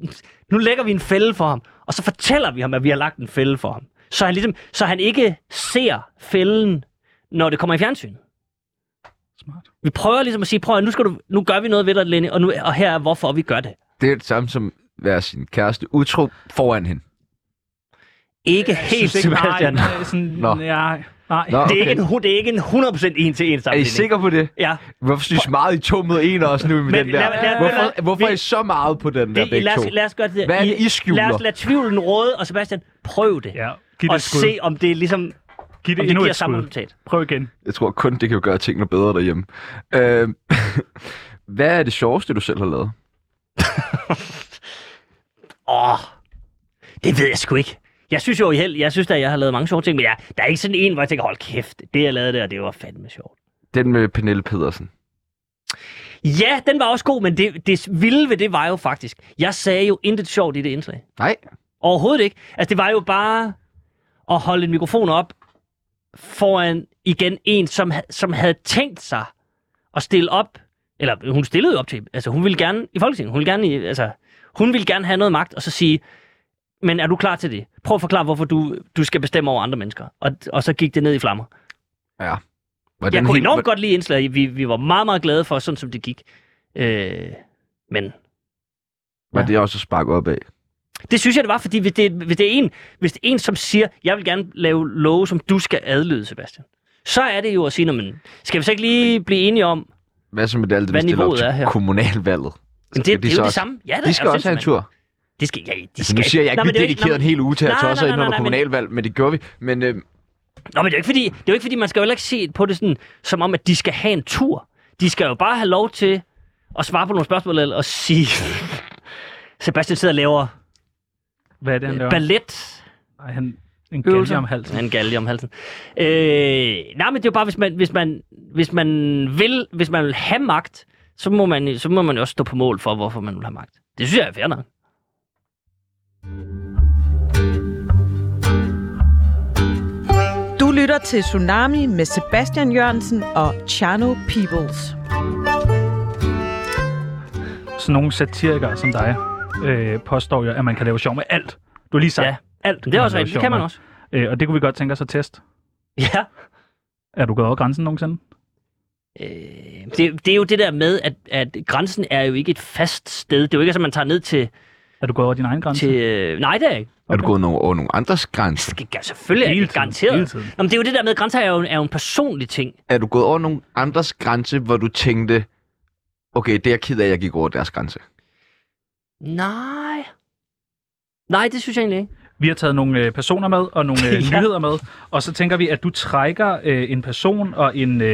Speaker 5: nu lægger vi en fælde for ham, og så fortæller vi ham, at vi har lagt en fælde for ham. Så han, ligesom, så han ikke ser fælden, når det kommer i fjernsynet.
Speaker 2: Smart.
Speaker 5: Vi prøver ligesom at sige, prøv at nu, skal du, nu gør vi noget ved dig, Lenny, og, nu, og her er hvorfor vi gør det.
Speaker 1: Det er det samme som at være sin kæreste utro foran hende.
Speaker 5: Ikke helt, Sebastian.
Speaker 2: Nej, nej, sådan,
Speaker 1: Nå.
Speaker 2: nej, nej.
Speaker 1: Nå.
Speaker 5: Det, er
Speaker 1: Okay.
Speaker 5: ikke en, hu- det er ikke en 100% en til en
Speaker 1: Er I
Speaker 5: sammenligning.
Speaker 1: sikre på det?
Speaker 5: Ja,
Speaker 1: Hvorfor synes meget I to mod en også nu med
Speaker 5: Men
Speaker 1: den der?
Speaker 5: lad- lad- lad-
Speaker 1: hvorfor, hvorfor
Speaker 5: vi-
Speaker 1: er I så meget på den der
Speaker 5: det,
Speaker 1: begge
Speaker 5: lad,
Speaker 1: to?
Speaker 5: os, lad os gøre det. der.
Speaker 1: Hvad er det, I skjuler?
Speaker 5: Lad os lade tvivlen råde, og Sebastian, prøv det.
Speaker 2: Ja, giv det
Speaker 5: og
Speaker 2: et skud.
Speaker 5: se, om det er ligesom,
Speaker 2: giv
Speaker 5: om
Speaker 2: det
Speaker 5: det
Speaker 2: endnu
Speaker 5: giver
Speaker 2: et
Speaker 5: samme
Speaker 2: skud.
Speaker 5: resultat.
Speaker 2: Prøv igen.
Speaker 1: Jeg tror kun, det kan gøre tingene bedre derhjemme. Øh, hvad er det sjoveste, du selv har lavet?
Speaker 5: Åh, det ved jeg sgu ikke. Jeg synes jo i held, jeg synes da, jeg har lavet mange sjove ting, men jeg, der er ikke sådan en, hvor jeg tænker, hold kæft, det jeg lavede der, det var fandme sjovt.
Speaker 1: Den med Pernille Pedersen.
Speaker 5: Ja, den var også god, men det, det vilde ved det var jo faktisk, jeg sagde jo intet sjovt i det indslag.
Speaker 1: Nej.
Speaker 5: Overhovedet ikke. Altså, det var jo bare at holde en mikrofon op foran igen en, som, ha- som havde tænkt sig at stille op. Eller hun stillede jo op til, altså hun ville gerne i Folketinget, hun ville gerne, i, altså, hun ville gerne have noget magt, og så sige, men er du klar til det? Prøv at forklare, hvorfor du, du skal bestemme over andre mennesker. Og, og så gik det ned i flammer.
Speaker 1: Hvordan
Speaker 5: Jeg kunne
Speaker 1: helt-
Speaker 5: enormt godt lide indslaget. Vi, vi var meget, meget glade for, sådan som det gik. Øh, men
Speaker 1: Var det også at sparke op af?
Speaker 5: Det synes jeg, det var, fordi hvis det, hvis det, er, en, hvis det er en, som siger, jeg vil gerne lave love, som du skal adlyde, Sebastian, så er det jo at sige, "Nå, men skal vi så ikke lige blive enige om,
Speaker 1: Hvad så med alt det,
Speaker 5: Hvad
Speaker 1: vi stiller op
Speaker 5: niveauet er her?
Speaker 1: til kommunalvalget?
Speaker 5: men det,
Speaker 1: Skal
Speaker 5: det,
Speaker 1: de
Speaker 5: er
Speaker 1: så
Speaker 5: jo det
Speaker 1: også-
Speaker 5: samme. Ja, det
Speaker 1: De skal
Speaker 5: er jo
Speaker 1: også have en
Speaker 5: sindssygt,
Speaker 1: tur.
Speaker 5: Det skal jeg ikke. De
Speaker 1: Altså,
Speaker 5: skal...
Speaker 1: nu siger jeg ikke,
Speaker 5: Nej,
Speaker 1: at
Speaker 5: men
Speaker 1: vi
Speaker 5: det er jo
Speaker 1: dedikerede en
Speaker 5: Nå,
Speaker 1: hel uge til at
Speaker 5: Nej,
Speaker 1: tosse
Speaker 5: nej,
Speaker 1: ind
Speaker 5: nej,
Speaker 1: under
Speaker 5: nej, men-
Speaker 1: kommunalvalg, men det gjorde vi. Men øh,
Speaker 5: Nå, men det er jo ikke fordi, det er jo ikke fordi man skal jo heller ikke se på det sådan, som om, at de skal have en tur. De skal jo bare have lov til at svare på nogle spørgsmål eller- og sige... Sebastian sidder og laver
Speaker 2: Hvad er det, han laver?
Speaker 5: ballet.
Speaker 2: Nej, han en
Speaker 5: Øh, Øvelser.
Speaker 2: galge om halsen.
Speaker 5: Han galge om halsen. Øh, nej, men det er jo bare, hvis man, hvis, man, hvis, man vil, hvis man vil have magt, så må man, så må man jo også stå på mål for, hvorfor man vil have magt. Det synes jeg er fair nok.
Speaker 6: Du lytter til Tsunami med Sebastian Jørgensen og Chano Peoples.
Speaker 2: Sådan nogle satirikere som dig øh, påstår jo, at man kan lave sjov med alt. Du har lige sagt
Speaker 5: Ja.
Speaker 2: ja. alt.
Speaker 5: Men det er
Speaker 2: man
Speaker 5: også
Speaker 2: lave
Speaker 5: rigtigt.
Speaker 2: sjov
Speaker 5: Det kan man
Speaker 2: med.
Speaker 5: også.
Speaker 2: Øh, og det kunne vi godt tænke os at teste.
Speaker 5: Ja.
Speaker 2: Er du gået over grænsen nogensinde?
Speaker 5: Øh, det, det er jo det der med, at, at grænsen er jo ikke et fast sted. Det er jo ikke, at man tager ned til...
Speaker 2: Er du gået over din egen grænse?
Speaker 5: til øh, nej, det er jeg ikke.
Speaker 1: er du gået nogle- over nogle andres grænser?
Speaker 5: Det kan selvfølgelig
Speaker 2: Hele
Speaker 5: ikke
Speaker 2: tiden,
Speaker 5: garanteret.
Speaker 2: hele tiden.
Speaker 5: Nå, men det er jo det der med, at grænser er jo, en- er jo en personlig ting.
Speaker 1: Er du gået over nogle andres grænse, hvor du tænkte, okay, det er jeg ked af, at jeg gik over deres grænse?
Speaker 5: Nej. Nej, det synes jeg egentlig ikke.
Speaker 2: Vi har taget nogle øh, personer med og nogle øh,
Speaker 5: Ja.
Speaker 2: nyheder med, og så tænker vi, at du trækker øh, en person og en... Øh,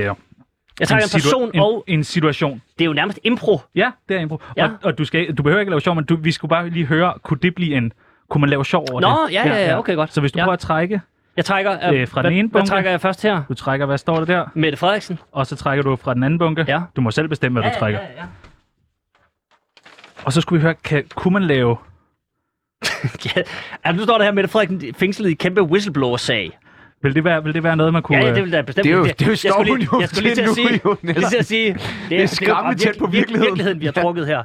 Speaker 5: Jeg trækker en,
Speaker 2: situa-
Speaker 5: person,
Speaker 2: en,
Speaker 5: og
Speaker 2: en situation.
Speaker 5: det er jo nærmest impro.
Speaker 2: Ja, det er impro.
Speaker 5: Ja.
Speaker 2: Ja. Og, og du, skal, du behøver ikke lave sjov, men du, vi skulle bare lige høre, kunne det blive en... Kunne man lave sjov over
Speaker 5: Nå,
Speaker 2: det?
Speaker 5: ja, ja, ja, okay, godt.
Speaker 2: Så hvis du
Speaker 5: Ja.
Speaker 2: prøver at trække,
Speaker 5: Jeg trækker...
Speaker 2: Øh, fra
Speaker 5: hvad,
Speaker 2: den ene
Speaker 5: hvad
Speaker 2: bunke.
Speaker 5: trækker jeg først her?
Speaker 2: du trækker, hvad står der der?
Speaker 5: Mette Frederiksen.
Speaker 2: Og så trækker du fra den anden bunke.
Speaker 5: Ja.
Speaker 2: Du må selv bestemme, hvad du trækker.
Speaker 5: Ja, ja, ja.
Speaker 2: Og så skulle vi høre, kan, kunne man lave...
Speaker 5: ja. Altså, nu står der her, Mette Frederiksen fængslet i en kæmpe whistleblower-sag.
Speaker 2: Vil det være, vil det være noget, man kunne...
Speaker 5: Ja, ja, det
Speaker 2: øh,
Speaker 5: vil da bestemt
Speaker 1: Det er jo-
Speaker 5: blive
Speaker 1: det er jo står
Speaker 5: Jeg skulle lige-
Speaker 1: hun jo
Speaker 5: Jeg skulle lige til
Speaker 1: til
Speaker 5: at
Speaker 1: nu,
Speaker 5: sige,
Speaker 1: jo,
Speaker 5: lige til at sige det, det er
Speaker 1: skræmmende
Speaker 5: bare
Speaker 1: tæt på
Speaker 5: virke-
Speaker 1: virkeligheden.
Speaker 5: virkeligheden, vi har
Speaker 1: Ja.
Speaker 5: trukket her.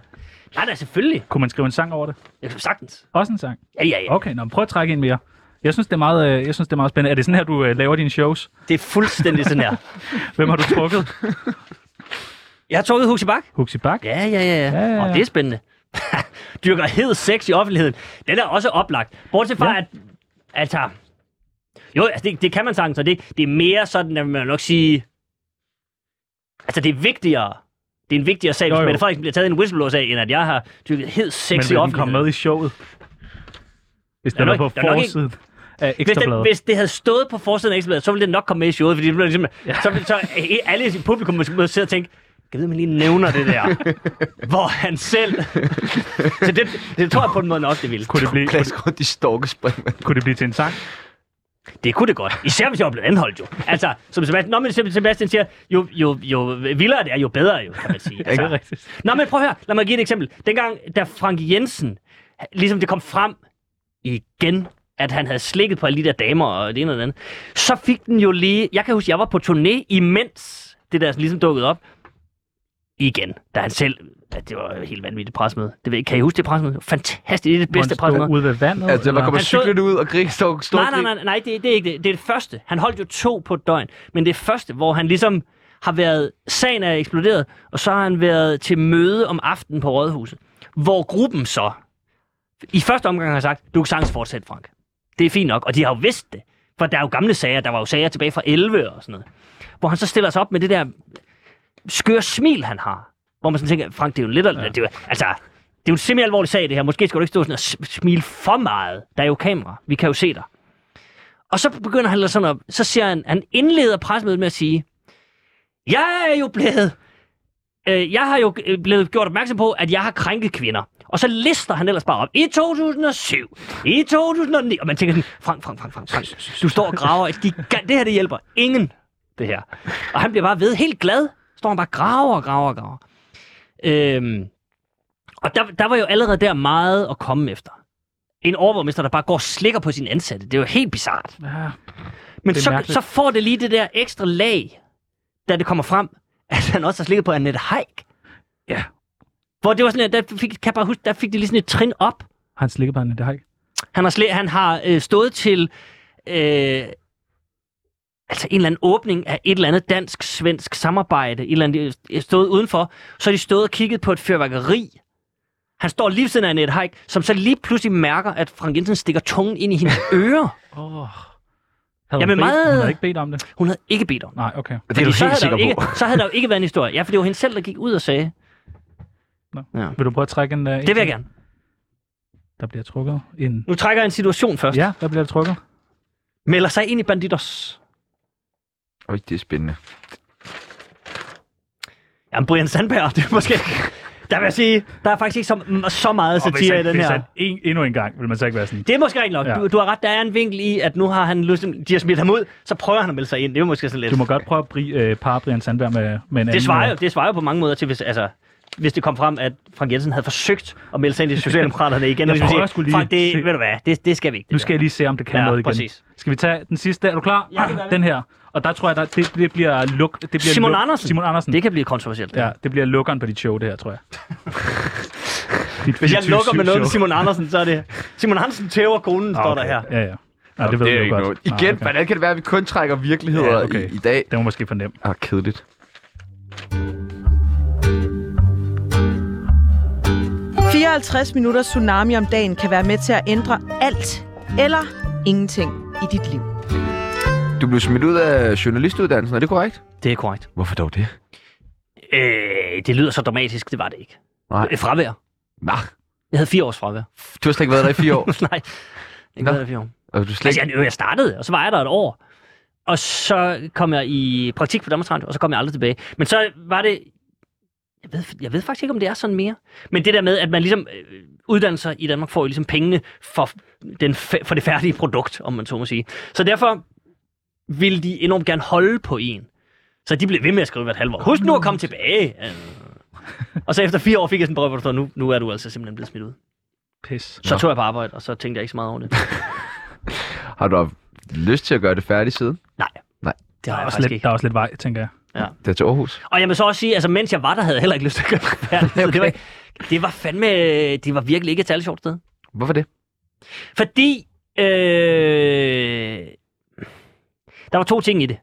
Speaker 5: Nej, nej, selvfølgelig.
Speaker 2: Kunne man skrive en sang over det?
Speaker 5: Jeg kan sagtens.
Speaker 2: Også en sang?
Speaker 5: Ja, ja, ja.
Speaker 2: Okay, nå, men prøv at trække en mere. Jeg synes, det er meget, øh, jeg synes, det er meget spændende. Er det sådan her, du øh, laver dine shows?
Speaker 5: Det er fuldstændig sådan her.
Speaker 2: Hvem har du trukket?
Speaker 5: Jeg har trukket Huxi Bak.
Speaker 2: Huxi Bak?
Speaker 5: Ja, ja, ja. ja,
Speaker 2: Ja, ja,
Speaker 5: ja. Og
Speaker 2: ja.
Speaker 5: det er spændende. Dyrker hed sex i offentligheden. Den er også oplagt. Bortset fra, ja.
Speaker 2: Ja.
Speaker 5: at... Altså... Jo, altså, det, det kan man sagtens, og det, det er mere sådan, at man nok sige... Altså, det er vigtigere. Det er en vigtigere sag,
Speaker 2: Jo,
Speaker 5: hvis
Speaker 2: jo.
Speaker 5: Mette Frederiksen bliver taget i en whistleblower-sag, end at jeg har dyrket hed
Speaker 2: Men
Speaker 5: sex i
Speaker 2: vil den komme
Speaker 5: offentligheden.
Speaker 2: med i showet? Hvis
Speaker 5: Der er
Speaker 2: den var på
Speaker 5: nok- der er nok ikke-
Speaker 2: forsiden af
Speaker 5: Hvis, den,
Speaker 2: Ekstrabladet.
Speaker 5: hvis det havde stået på forsiden af Ekstrabladet, så ville det nok komme med i showet, fordi det blev ligesom, ja. så, ville- så alle i publikum måske sidde og tænke, jeg ved, man lige nævner det der, hvor han selv... så det, det tror jeg på en måde nok, det ville.
Speaker 2: Kunne det, blive,
Speaker 1: Plads rundt i storkespring.
Speaker 2: kunne det blive til en sang?
Speaker 5: Det kunne det godt. Især hvis jeg var blevet anholdt jo. Altså, som Sebastian, nå, men som Sebastian siger, jo, jo, jo vildere det er, jo bedre jo, kan man sige.
Speaker 2: Det er
Speaker 5: Altså,
Speaker 2: rigtigt.
Speaker 5: nå, men prøv at høre, lad mig give et eksempel. Dengang, da Frank Jensen, ligesom det kom frem igen, at han havde slikket på alle de der damer og det ene og det andet, så fik den jo lige... Jeg kan huske, jeg var på turné, imens det der ligesom dukkede op. Igen, da han selv... Ja, det var jo helt vanvittigt pressemøde. Det ved, jeg- kan I huske det pressemøde? Fantastisk, det er det
Speaker 2: Hvor han
Speaker 5: bedste
Speaker 2: stod
Speaker 5: pressemøde.
Speaker 2: ude ved vandet?
Speaker 1: Altså, man
Speaker 2: eller-
Speaker 1: kommer
Speaker 5: Han stod-
Speaker 1: cyklet ud og grig, står, står
Speaker 5: Nej, nej, nej, nej det, det er ikke det. Det er det første. Han holdt jo to på et døgn. Men det første, hvor han ligesom har været... Sagen er eksploderet, og så har han været til møde om aftenen på Rådhuset. Hvor gruppen så i første omgang har sagt, du kan sagtens fortsætte, Frank. Det er fint nok, og de har jo vidst det. For der er jo gamle sager, der var jo sager tilbage fra 11 og sådan noget. Hvor han så stiller sig op med det der skøre smil, han har. Hvor man sådan tænker, Frank, det er jo lidt... Ja. Det er jo, altså, det er jo en simpelthen alvorlig sag, det her. Måske skal du ikke stå sådan og s- smile for meget. Der er jo kamera. Vi kan jo se dig. Og så begynder han sådan op. Så siger han, han indleder pressemødet med at sige, jeg er jo blevet... Øh, jeg har jo øh, blevet gjort opmærksom på, at jeg har krænket kvinder. Og så lister han ellers bare op. I 2007, i 2009. Og man tænker sådan, Frank, Frank, Frank, Frank, Frank. Du står og graver et gigant. Det her, det hjælper ingen, det her. Og han bliver bare ved, helt glad. Står han bare og graver og graver og graver. Øhm, og der, der var jo allerede der meget at komme efter. En overborgmester, der bare går og slikker på sin ansatte. Det er jo helt bizart.
Speaker 2: Ja,
Speaker 5: Men
Speaker 2: Det er
Speaker 5: så,
Speaker 2: mærkeligt.
Speaker 5: så får det lige det der ekstra lag, da det kommer frem, at han også har slikket på Annette Haik.
Speaker 2: Ja.
Speaker 5: Hvor det var sådan, at der fik, kan jeg bare huske, der fik det lige sådan et trin op.
Speaker 2: han slikker bare det har ikke.
Speaker 5: Han har, sle, han har øh, stået til øh, altså en eller anden åbning af et eller andet dansk-svensk samarbejde. Et eller andet, øh, stået udenfor. Så har de stået og kigget på et fyrværkeri. Han står lige ved siden af Annette Haik, som så lige pludselig mærker, at Frank Jensen stikker tungen ind i hendes ører.
Speaker 2: Åh. Havde
Speaker 5: Jamen,
Speaker 2: hun, bedt,
Speaker 5: meget-
Speaker 2: hun havde ikke bedt om det.
Speaker 5: Hun havde ikke bedt om det.
Speaker 2: Nej, okay.
Speaker 1: Det er du
Speaker 5: Fordi så
Speaker 1: helt
Speaker 5: havde der
Speaker 1: sikker
Speaker 5: jo
Speaker 1: på.
Speaker 5: ikke, Så havde der jo ikke været en historie. Ja, for det var hende selv, der gik ud og sagde,
Speaker 2: Vil du prøve at trække en... Uh,
Speaker 5: det vil jeg gerne.
Speaker 2: Der bliver trukket en...
Speaker 5: Nu trækker jeg en situation først. Ja.
Speaker 2: Ja, der bliver trukket.
Speaker 5: Melder sig ind i Bandidos.
Speaker 1: Øj, det er spændende.
Speaker 5: Jamen, Brian Sandberg, det er måske... Der vil jeg sige, der er faktisk ikke så, så meget
Speaker 2: Og hvis
Speaker 5: satire i
Speaker 2: han,
Speaker 5: den
Speaker 2: hvis
Speaker 5: her.
Speaker 2: han en, endnu en gang, vil man så ikke være sådan...
Speaker 5: Det er måske ikke nok. Ja.
Speaker 2: Ja.
Speaker 5: Du, du, har ret, der er en vinkel i, at nu har han lyst, til- de har smidt ham ud, så prøver han at melde sig ind. Det er jo måske sådan lidt.
Speaker 2: Du må godt prøve at bri, øh, parre Brian Sandberg med, med en anden...
Speaker 5: Det svarer, jo,
Speaker 2: øh,
Speaker 5: det svarer jo på mange måder til, hvis, altså, hvis det kom frem, at Frank Jensen havde forsøgt at melde sig ind i Socialdemokraterne igen. og
Speaker 2: Jeg
Speaker 5: ligesom
Speaker 2: prøver
Speaker 5: sige,
Speaker 2: sgu lige
Speaker 5: Frank, det,
Speaker 2: se-
Speaker 5: ved du hvad, det, det skal vi ikke. Det
Speaker 2: Nu skal
Speaker 5: der."
Speaker 2: jeg lige se, om det kan
Speaker 5: Ja,
Speaker 2: noget igen.
Speaker 5: præcis.
Speaker 2: Skal vi tage den sidste? Er du klar?
Speaker 5: Ja, det gør vi.
Speaker 2: den her. Og der tror jeg, der, det, det bliver luk... Det bliver
Speaker 5: Simon
Speaker 2: luk,
Speaker 5: Andersen.
Speaker 2: Simon Andersen.
Speaker 5: Det kan blive kontroversielt.
Speaker 2: Ja, det bliver lukkeren på dit show, det her, tror jeg. dit
Speaker 5: Hvis jeg lukker med noget med
Speaker 2: show.
Speaker 5: Simon Andersen, så er det... Simon Hansen tæver konen, står der her.
Speaker 2: Ja, ja. Nej, det ved
Speaker 1: det
Speaker 2: jeg jo
Speaker 1: ikke
Speaker 2: godt.
Speaker 1: noget.
Speaker 2: Nå,
Speaker 1: Igen,
Speaker 2: okay.
Speaker 1: hvordan kan det være, at vi kun trækker virkeligheder
Speaker 2: Ja, okay.
Speaker 1: i, i dag?
Speaker 2: Det var måske for nemt.
Speaker 1: Ah, kedeligt.
Speaker 6: det. 54 minutter tsunami om dagen kan være med til at ændre alt eller ingenting i dit liv.
Speaker 1: Du blev smidt ud af journalistuddannelsen, er det korrekt?
Speaker 5: Det er korrekt.
Speaker 1: Hvorfor dog det?
Speaker 5: Øh, det lyder så dramatisk, det var det ikke.
Speaker 1: Nej.
Speaker 5: Øh, Fravær.
Speaker 1: Nah,
Speaker 5: Jeg havde fire års fravær.
Speaker 1: du har slet ikke været der i fire år.
Speaker 5: Nej, ikke
Speaker 1: Nå.
Speaker 5: noget af fire år.
Speaker 1: Og du slet
Speaker 5: Altså,
Speaker 1: ikke...
Speaker 5: jeg, jeg startede, og så var jeg der et år. Og så kom jeg i praktik på Danmarks Radio, og så kom jeg aldrig tilbage. Men så var det... Jeg ved, jeg ved faktisk ikke, om det er sådan mere. Men det der med, at man ligesom... Øh, uddannelser i Danmark får jo ligesom pengene for, den, fæ- for det færdige produkt, om man så må sige. Så derfor ville de enormt gerne holde på en. Så de blev ved med at skrive hvert halvår. Husk nu at komme tilbage! Øh. og så efter fire år fik jeg sådan en brev, hvor der stod, nu, nu er du altså simpelthen blevet smidt ud.
Speaker 2: Pis.
Speaker 5: Så tog jeg på arbejde, og så tænkte jeg ikke så meget over det.
Speaker 1: Har du haft lyst til at gøre det færdigt siden?
Speaker 5: Nej.
Speaker 1: Nej.
Speaker 5: Det har
Speaker 2: Der er,
Speaker 5: jeg
Speaker 2: også
Speaker 5: faktisk
Speaker 2: lidt,
Speaker 5: ikke.
Speaker 2: der er også lidt vej, tænker jeg.
Speaker 1: Det er til Aarhus.
Speaker 5: Og jeg må så også sige, altså mens jeg var der, havde jeg heller ikke lyst til at gøre det færdigt. okay. det, var, ikke- det var fandme, det var virkelig ikke et særlig sjovt sted.
Speaker 1: Hvorfor det?
Speaker 5: Fordi, øh, der var to ting i det.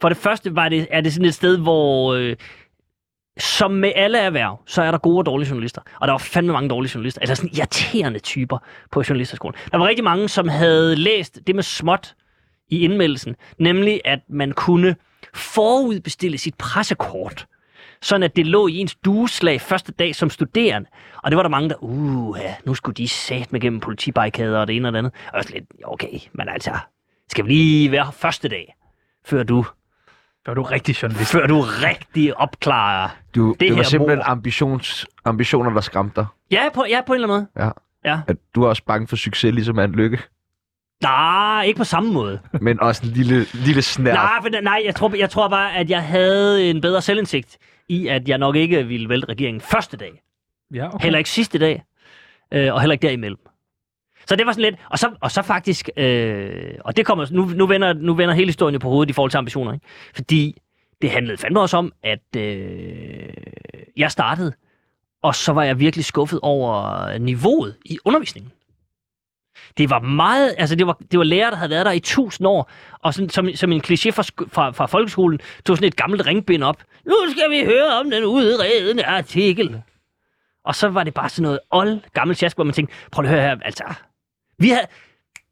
Speaker 5: For det første var det, er det sådan et sted, hvor øh, som med alle erhverv, så er der gode og dårlige journalister. Og der var fandme mange dårlige journalister. Altså sådan irriterende typer på journalisterskolen. Der var rigtig mange, som havde læst det med småt i indmeldelsen. Nemlig, at man kunne forudbestille sit pressekort sådan at det lå i ens dueslag første dag som studerende. Og det var der mange, der, uh, ja, nu skulle de sat med gennem politibarrikader og det ene og det andet. Og jeg var sådan lidt, okay, men altså, skal vi lige være her første dag, før du,
Speaker 2: Før du er rigtig journalist.
Speaker 5: før du rigtig opklarer.
Speaker 1: Du, det, det var
Speaker 5: her
Speaker 1: simpelthen
Speaker 5: mor.
Speaker 1: ambitions, ambitioner, der skræmte dig.
Speaker 5: Ja, på, ja, på en eller anden måde.
Speaker 1: At du er også bange for succes, ligesom en lykke.
Speaker 5: Nej, ikke på samme måde.
Speaker 1: Men også en lille, lille snært.
Speaker 5: Nej, for, nej jeg, tror, jeg tror bare, at jeg havde en bedre selvindsigt i, at jeg nok ikke ville vælte regeringen første dag.
Speaker 2: Ja, okay.
Speaker 5: Heller ikke sidste dag, øh, og heller ikke derimellem. Så det var sådan lidt, og så, og så faktisk, øh, og det kommer, nu, nu, vender, nu vender hele historien jo på hovedet i forhold til ambitioner, ikke? fordi det handlede fandme også om, at øh, jeg startede, og så var jeg virkelig skuffet over niveauet i undervisningen. Det var meget, altså det var, det var lærere, der havde været der i tusind år, og sådan, som, som en kliché fra, sk- fra, fra folkeskolen, tog sådan et gammelt ringbind op. Nu skal vi høre om den udredende artikel. Og så var det bare sådan noget old gammel sjask, hvor man tænkte, prøv lige at høre her, altså. Vi havde,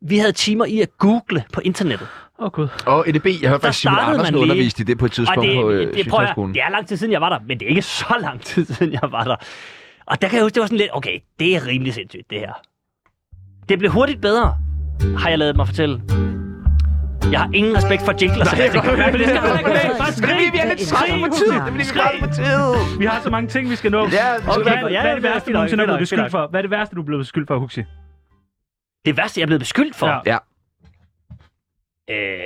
Speaker 5: vi havde timer i at google på internettet.
Speaker 2: Åh, oh, Gud.
Speaker 1: Og EDB, jeg hørte
Speaker 5: Der
Speaker 1: faktisk Simon
Speaker 5: startede
Speaker 1: Andersen
Speaker 5: man lige.
Speaker 1: undervist i det på et
Speaker 5: Og
Speaker 1: tidspunkt
Speaker 5: det,
Speaker 1: på
Speaker 5: det,
Speaker 1: øh,
Speaker 5: det, prøv at,
Speaker 1: Sygdomsskolen.
Speaker 5: høre, det er lang tid siden, jeg var der, men det er ikke så lang tid siden, jeg var der. Og der kan jeg huske, det var sådan lidt, okay, det er rimelig sindssygt, det her. Det blev hurtigt bedre, har jeg lavet mig fortælle. Jeg har ingen respekt for jingler, så jeg tænker, men det skal man ikke have. Bare
Speaker 1: Det er fordi,
Speaker 5: skrig.
Speaker 1: vi er lidt trætte på tid. Det er fordi, vi er trætte på tid.
Speaker 2: Vi har så mange ting, vi skal nå.
Speaker 1: Ja,
Speaker 2: Okay,
Speaker 5: Okay,
Speaker 2: hvad,
Speaker 5: ja,
Speaker 2: hvad,
Speaker 5: ja,
Speaker 2: er det
Speaker 5: ja,
Speaker 2: værste,
Speaker 5: fint
Speaker 2: du nogensinde er
Speaker 5: nok,
Speaker 2: blevet
Speaker 5: fint nok.
Speaker 2: beskyldt for? Hvad er det værste, du er blevet beskyldt for, Huxi?
Speaker 5: Det værste, jeg er blevet beskyldt for.
Speaker 2: Ja.
Speaker 1: Ja.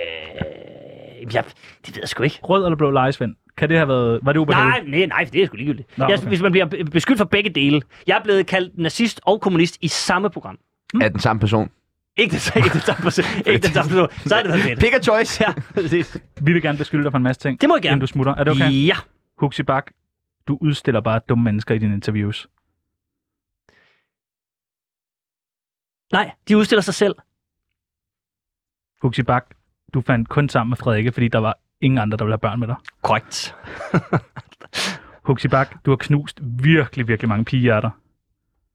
Speaker 5: Øh, jeg, det ved jeg sgu ikke.
Speaker 2: Rød eller blå lejesvend? Kan det have været... Var det ubehageligt?
Speaker 5: Nej, nej, nej, for det er sgu ligegyldigt.
Speaker 2: Nå,
Speaker 5: Nå, okay.
Speaker 2: okay.
Speaker 5: jeg, hvis man bliver be- beskyldt for begge dele. Jeg er blevet kaldt nazist og kommunist i samme program.
Speaker 1: Er den samme person.
Speaker 5: Ikke det, ikke det samme person. Ikke det samme person. Så er det været fedt.
Speaker 1: Pick a choice.
Speaker 5: Ja, præcis.
Speaker 2: Vi vil gerne beskylde dig for en masse ting.
Speaker 5: Det må jeg
Speaker 2: inden
Speaker 5: gerne.
Speaker 2: du smutter. Er det okay?
Speaker 5: Ja.
Speaker 2: Huxi Bak, du udstiller bare dumme mennesker i dine interviews.
Speaker 5: Nej, de udstiller sig selv.
Speaker 2: Huxi Bak, du fandt kun sammen med Frederikke, fordi der var ingen andre, der ville have børn med dig.
Speaker 5: Korrekt.
Speaker 2: Huxi Bak, du har knust virkelig, virkelig mange pigehjerter.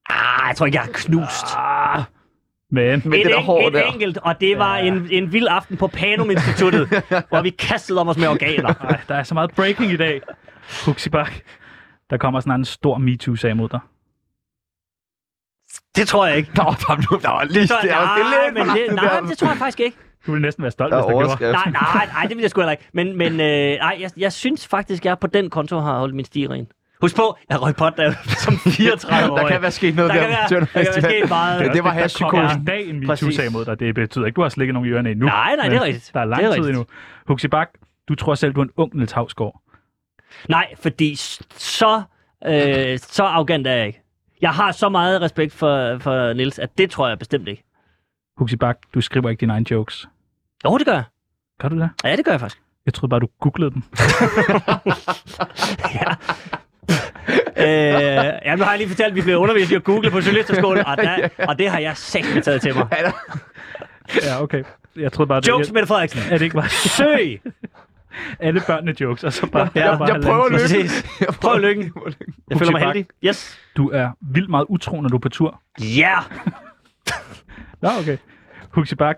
Speaker 5: Ah, jeg tror ikke, jeg er knust.
Speaker 2: Ah, men
Speaker 1: Men
Speaker 5: et
Speaker 1: den er
Speaker 5: en-
Speaker 1: hård,
Speaker 5: et
Speaker 1: der.
Speaker 5: enkelt, og det var en, en vild aften på Panum-instituttet, hvor vi kastede om os med organer.
Speaker 2: Ej, der er så meget breaking i dag. Huxi Bak, der kommer snart en stor MeToo-sag mod dig.
Speaker 5: Det tror jeg ikke.
Speaker 1: Der var, der var, der var lige
Speaker 5: Så,
Speaker 1: det er også- det er
Speaker 5: nej,
Speaker 1: lidt
Speaker 5: men
Speaker 1: langt,
Speaker 5: det, nej,
Speaker 1: der.
Speaker 5: det tror jeg faktisk ikke.
Speaker 2: Du ville næsten være stolt,
Speaker 1: Der
Speaker 2: hvis
Speaker 1: er
Speaker 2: det gjorde.
Speaker 1: overskrift.
Speaker 5: Nej, nej, nej, det vil jeg sgu heller ikke. Men, men øh, nej, jeg, jeg synes faktisk, jeg på den konto har holdt min sti ren. Husk på, jeg røg pot der som 34 år.
Speaker 1: Der kan være sket noget
Speaker 5: der,
Speaker 1: der.
Speaker 5: kan være, der kan være sket meget.
Speaker 1: Det var
Speaker 2: Der kom
Speaker 1: hashpsykosen.
Speaker 2: en dag en
Speaker 5: Præcis.
Speaker 2: MeToo-sag mod dig. Det betyder ikke, du har slikket nogen i ørerne endnu.
Speaker 5: Nej, nej, det er
Speaker 2: Men
Speaker 5: rigtigt.
Speaker 2: Der er lang
Speaker 5: Det er
Speaker 2: tid
Speaker 5: rigtigt.
Speaker 2: endnu. Huxi Bak, du tror selv, du er en ung Niels Havsgaard.
Speaker 5: Nej, fordi s- så, øh, så arrogant er jeg ikke. Jeg har så meget respekt for, for Nils, at det tror jeg bestemt ikke.
Speaker 2: Huxi Bak, du skriver ikke dine egne jokes.
Speaker 5: Jo, det gør jeg.
Speaker 2: Gør du det?
Speaker 5: Ja, det gør jeg faktisk.
Speaker 2: Jeg troede bare, du googlede dem.
Speaker 5: Øh, ja, nu har jeg lige fortalt, at vi blev undervist i at google på journalisterskolen, og, der, og det har jeg sagt taget til mig.
Speaker 2: Ja, okay. Jeg troede bare,
Speaker 5: Jokes,
Speaker 2: det,
Speaker 5: Mette Frederiksen.
Speaker 2: jeg, er det ikke bare
Speaker 5: Søg!
Speaker 2: alle børnene jokes, og så bare...
Speaker 5: jeg-
Speaker 2: og bare
Speaker 1: jeg prøver
Speaker 2: halvanden time.
Speaker 5: Præcis. Prøv lykken. Jeg føler mig
Speaker 2: Huxi Bak,
Speaker 5: heldig. Yes.
Speaker 2: Du er vildt meget utro, når du er på tur.
Speaker 5: Ja! Yeah.
Speaker 2: Nå, okay. Huxi Bak,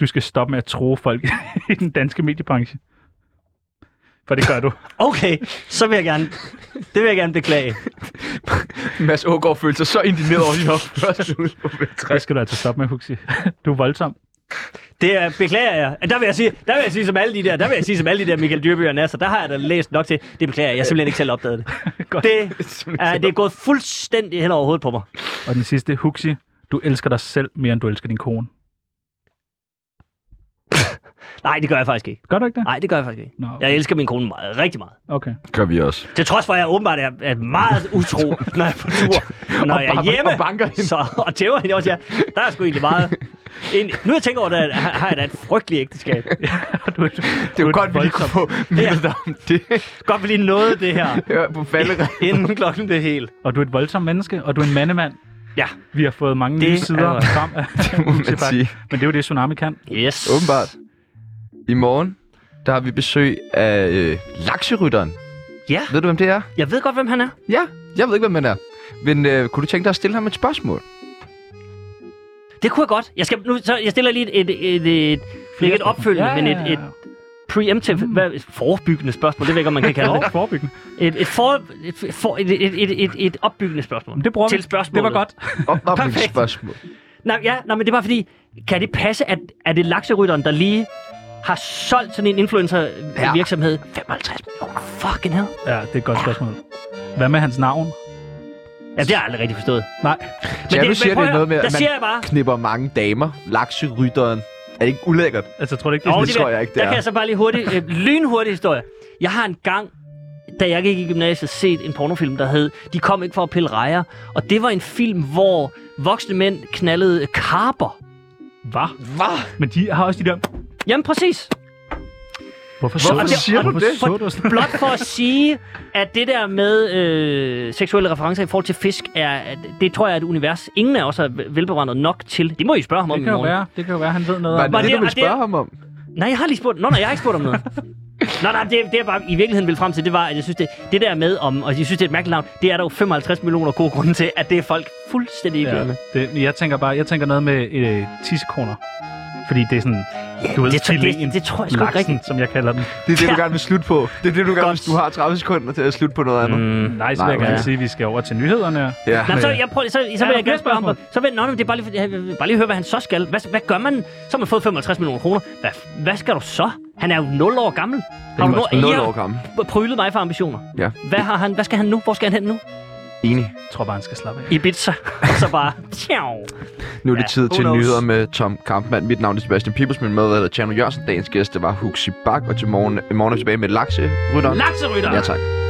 Speaker 2: du skal stoppe med at tro folk i den danske mediebranche. For det gør du.
Speaker 5: Okay, så vil jeg gerne... Det vil jeg gerne beklage.
Speaker 1: Mads Ågaard følte sig så indineret over, at de var først ud på
Speaker 2: Det skal du altså stoppe med, Huxi. Du er voldsom.
Speaker 5: Det er, beklager jeg. Der vil jeg, sige, der vil jeg sige som alle de der, der vil jeg sige som alle de der Michael Dyrby og Nasser, der har jeg da læst nok til. Det beklager jeg. Jeg har simpelthen ikke selv opdaget det.
Speaker 2: Godt.
Speaker 5: Det er, det er gået fuldstændig hen over hovedet på mig.
Speaker 2: Og den sidste, Huxi, du elsker dig selv mere, end du elsker din kone.
Speaker 5: Nej, det gør jeg faktisk ikke.
Speaker 2: Gør du ikke det?
Speaker 5: Nej, det gør jeg faktisk ikke.
Speaker 2: Nå, okay.
Speaker 5: Jeg elsker min kone meget, rigtig meget.
Speaker 2: okay.
Speaker 1: Gør vi også.
Speaker 5: Til trods for, at jeg åbenbart er, er meget utro, når jeg er på tur. Når
Speaker 1: Og
Speaker 5: jeg er
Speaker 1: banker-
Speaker 5: hjemme,
Speaker 1: og banker hende.
Speaker 5: Så, og tæver hende også. Ja. Der er sgu egentlig meget... Egentlig, nu jeg tænker over det, har har jeg da et frygteligt ægteskab.
Speaker 2: Du, er-
Speaker 1: Det er
Speaker 2: du
Speaker 1: jo
Speaker 2: er
Speaker 1: godt, vi lige kunne
Speaker 2: voldsom.
Speaker 1: få mindet dig om det
Speaker 5: Godt blive noget af det her,
Speaker 1: her på falderækken.
Speaker 5: inden klokken det hele.
Speaker 2: Og du er et voldsomt menneske, og du er en mandemand.
Speaker 5: Ja.
Speaker 2: Vi har fået mange
Speaker 5: Det
Speaker 2: nye
Speaker 5: er
Speaker 2: sider
Speaker 5: rigtigt.
Speaker 2: frem af
Speaker 1: må man
Speaker 2: Huxi Bak.
Speaker 1: sige.
Speaker 2: Men det er jo det, Tsunami kan.
Speaker 5: Yes.
Speaker 1: Åbenbart. I morgen, der har vi besøg af øh, lakserytteren.
Speaker 5: Ja.
Speaker 1: Ved du, hvem det er?
Speaker 5: Jeg ved godt, hvem han er.
Speaker 1: Ja, jeg ved ikke, hvem han er. Men øh, kunne du tænke dig at stille ham et spørgsmål?
Speaker 5: Det kunne jeg godt. Jeg, skal, nu, så jeg stiller lige et, et, et, et ikke et opfølgende, ja, ja, ja. men et, et preemptive, hvad, forebyggende spørgsmål. Det ved jeg ikke, om man kan kalde det.
Speaker 2: Nå, forebyggende.
Speaker 5: Et, et, for, et, for, et, et, et, et, et opbyggende spørgsmål.
Speaker 2: Det bruger vi.
Speaker 5: Til spørgsmålet.
Speaker 2: Det var godt.
Speaker 1: Op, op med
Speaker 5: Perfekt.
Speaker 1: et spørgsmål.
Speaker 5: Nej, ja, nej, men det var fordi, kan det passe, at, at det er lakserytteren, der lige har solgt sådan en influencer-virksomhed? 55 millioner. Fucking hell.
Speaker 2: Ja, det er et godt spørgsmål. Hvad med hans navn?
Speaker 5: Ja, det har jeg aldrig rigtig forstået.
Speaker 2: Nej.
Speaker 1: Ja, nu siger
Speaker 5: prøv
Speaker 1: det
Speaker 5: at
Speaker 1: noget med,
Speaker 5: høre,
Speaker 1: at
Speaker 5: Der
Speaker 1: man-
Speaker 5: siger jeg bare...
Speaker 1: Knipper mange damer. Lakserytteren. Er det ikke ulækkert?
Speaker 2: Altså, jeg tror du ikke, det
Speaker 5: Jo,
Speaker 2: er
Speaker 1: det
Speaker 2: sådan,
Speaker 5: vil-
Speaker 1: tror jeg ikke, det
Speaker 5: Der
Speaker 1: er.
Speaker 5: kan jeg så bare lige hurtigt, øh, lynhurtig historie. Jeg har en gang, da jeg gik i gymnasiet, set en pornofilm, der hed De kom ikke for at pille rejer. Og det var en film, hvor voksne mænd knaldede karper.
Speaker 2: hvad?
Speaker 1: Hvad?
Speaker 2: Men de har også de der...
Speaker 5: Jamen præcis.
Speaker 2: Hvorfor, så
Speaker 5: Hvorfor
Speaker 2: du-
Speaker 1: siger du
Speaker 2: hvorfor
Speaker 1: det?
Speaker 2: så du sådan?
Speaker 5: Blot for at sige, at det der med øh, seksuelle referencer i forhold til fisk, er, at det tror jeg er et univers, ingen af os er vel- velbevandret nok til. Det må I spørge ham om
Speaker 2: Det
Speaker 5: i
Speaker 2: kan jo
Speaker 5: morgen.
Speaker 2: være, det kan jo være, han ved noget
Speaker 1: Var
Speaker 2: om
Speaker 1: det det,
Speaker 5: det-
Speaker 1: du ville
Speaker 5: og det-
Speaker 1: spørge ham om?
Speaker 5: Nej, jeg har lige spurgt. Nå, nej, jeg har ikke spurgt om noget. Nå, nej, det, det jeg bare i virkeligheden ville frem til, det var, at jeg synes, det, det der med om, og jeg synes, det er et mærkeligt navn, det er der jo 55 millioner gode grunde til, at det er folk fuldstændig ikke ja.
Speaker 2: Ja, det, jeg tænker bare, jeg tænker noget med øh, tissekoner. Fordi det er sådan, du ved,
Speaker 5: det tror- det-
Speaker 2: fileten,
Speaker 5: det tror jeg sgu ikke
Speaker 2: laksen,
Speaker 5: rigtigt.
Speaker 2: som jeg kalder den.
Speaker 1: Det er det, du
Speaker 5: Ja.
Speaker 1: gerne vil slutte på. Det er det, du gerne vil.
Speaker 5: Godt.
Speaker 1: Du har 30 sekunder til at slutte på noget andet.
Speaker 5: Mm.
Speaker 2: Nej, så vil jeg
Speaker 1: Nej,
Speaker 2: gerne
Speaker 5: okay.
Speaker 2: sige, at vi skal over til nyhederne.
Speaker 1: Ja.
Speaker 5: Nå, så, jeg prøver, så, så
Speaker 2: der
Speaker 5: vil jeg
Speaker 2: flere
Speaker 5: gerne spørge ham.
Speaker 2: spørgsmål?
Speaker 5: Så vil, nå, men det er bare lige, for- jeg vil bare lige høre, hvad han så skal. Hvad, hvad gør man? Så har man fået 55 millioner kroner. Hvad, hvad skal du så? Han er jo 0 år gammel. Har du
Speaker 2: må jeg
Speaker 5: no-
Speaker 2: spørge.
Speaker 1: Nul
Speaker 5: I
Speaker 1: år
Speaker 5: har
Speaker 1: gammel.
Speaker 5: prylet mig for ambitioner.
Speaker 1: Ja.
Speaker 5: Hvad, har han, hvad skal han nu? Hvor skal han hen nu?
Speaker 1: Enig.
Speaker 2: Jeg tror bare, han skal slappe af.
Speaker 5: Ibiza. Og så bare... Tjau.
Speaker 1: Nu er det
Speaker 5: Ja,
Speaker 1: tid
Speaker 5: who
Speaker 1: til
Speaker 5: knows?
Speaker 1: nyheder med Tom Kampmann. Mit navn er Sebastian Pibels, min medvært er Tjerno Jørgensen. Dagens gæst, det var Huxi Bak, og til morgen, i morgen er vi tilbage med Lakse Rytteren.
Speaker 5: Lakserytter!
Speaker 1: Ja, tak.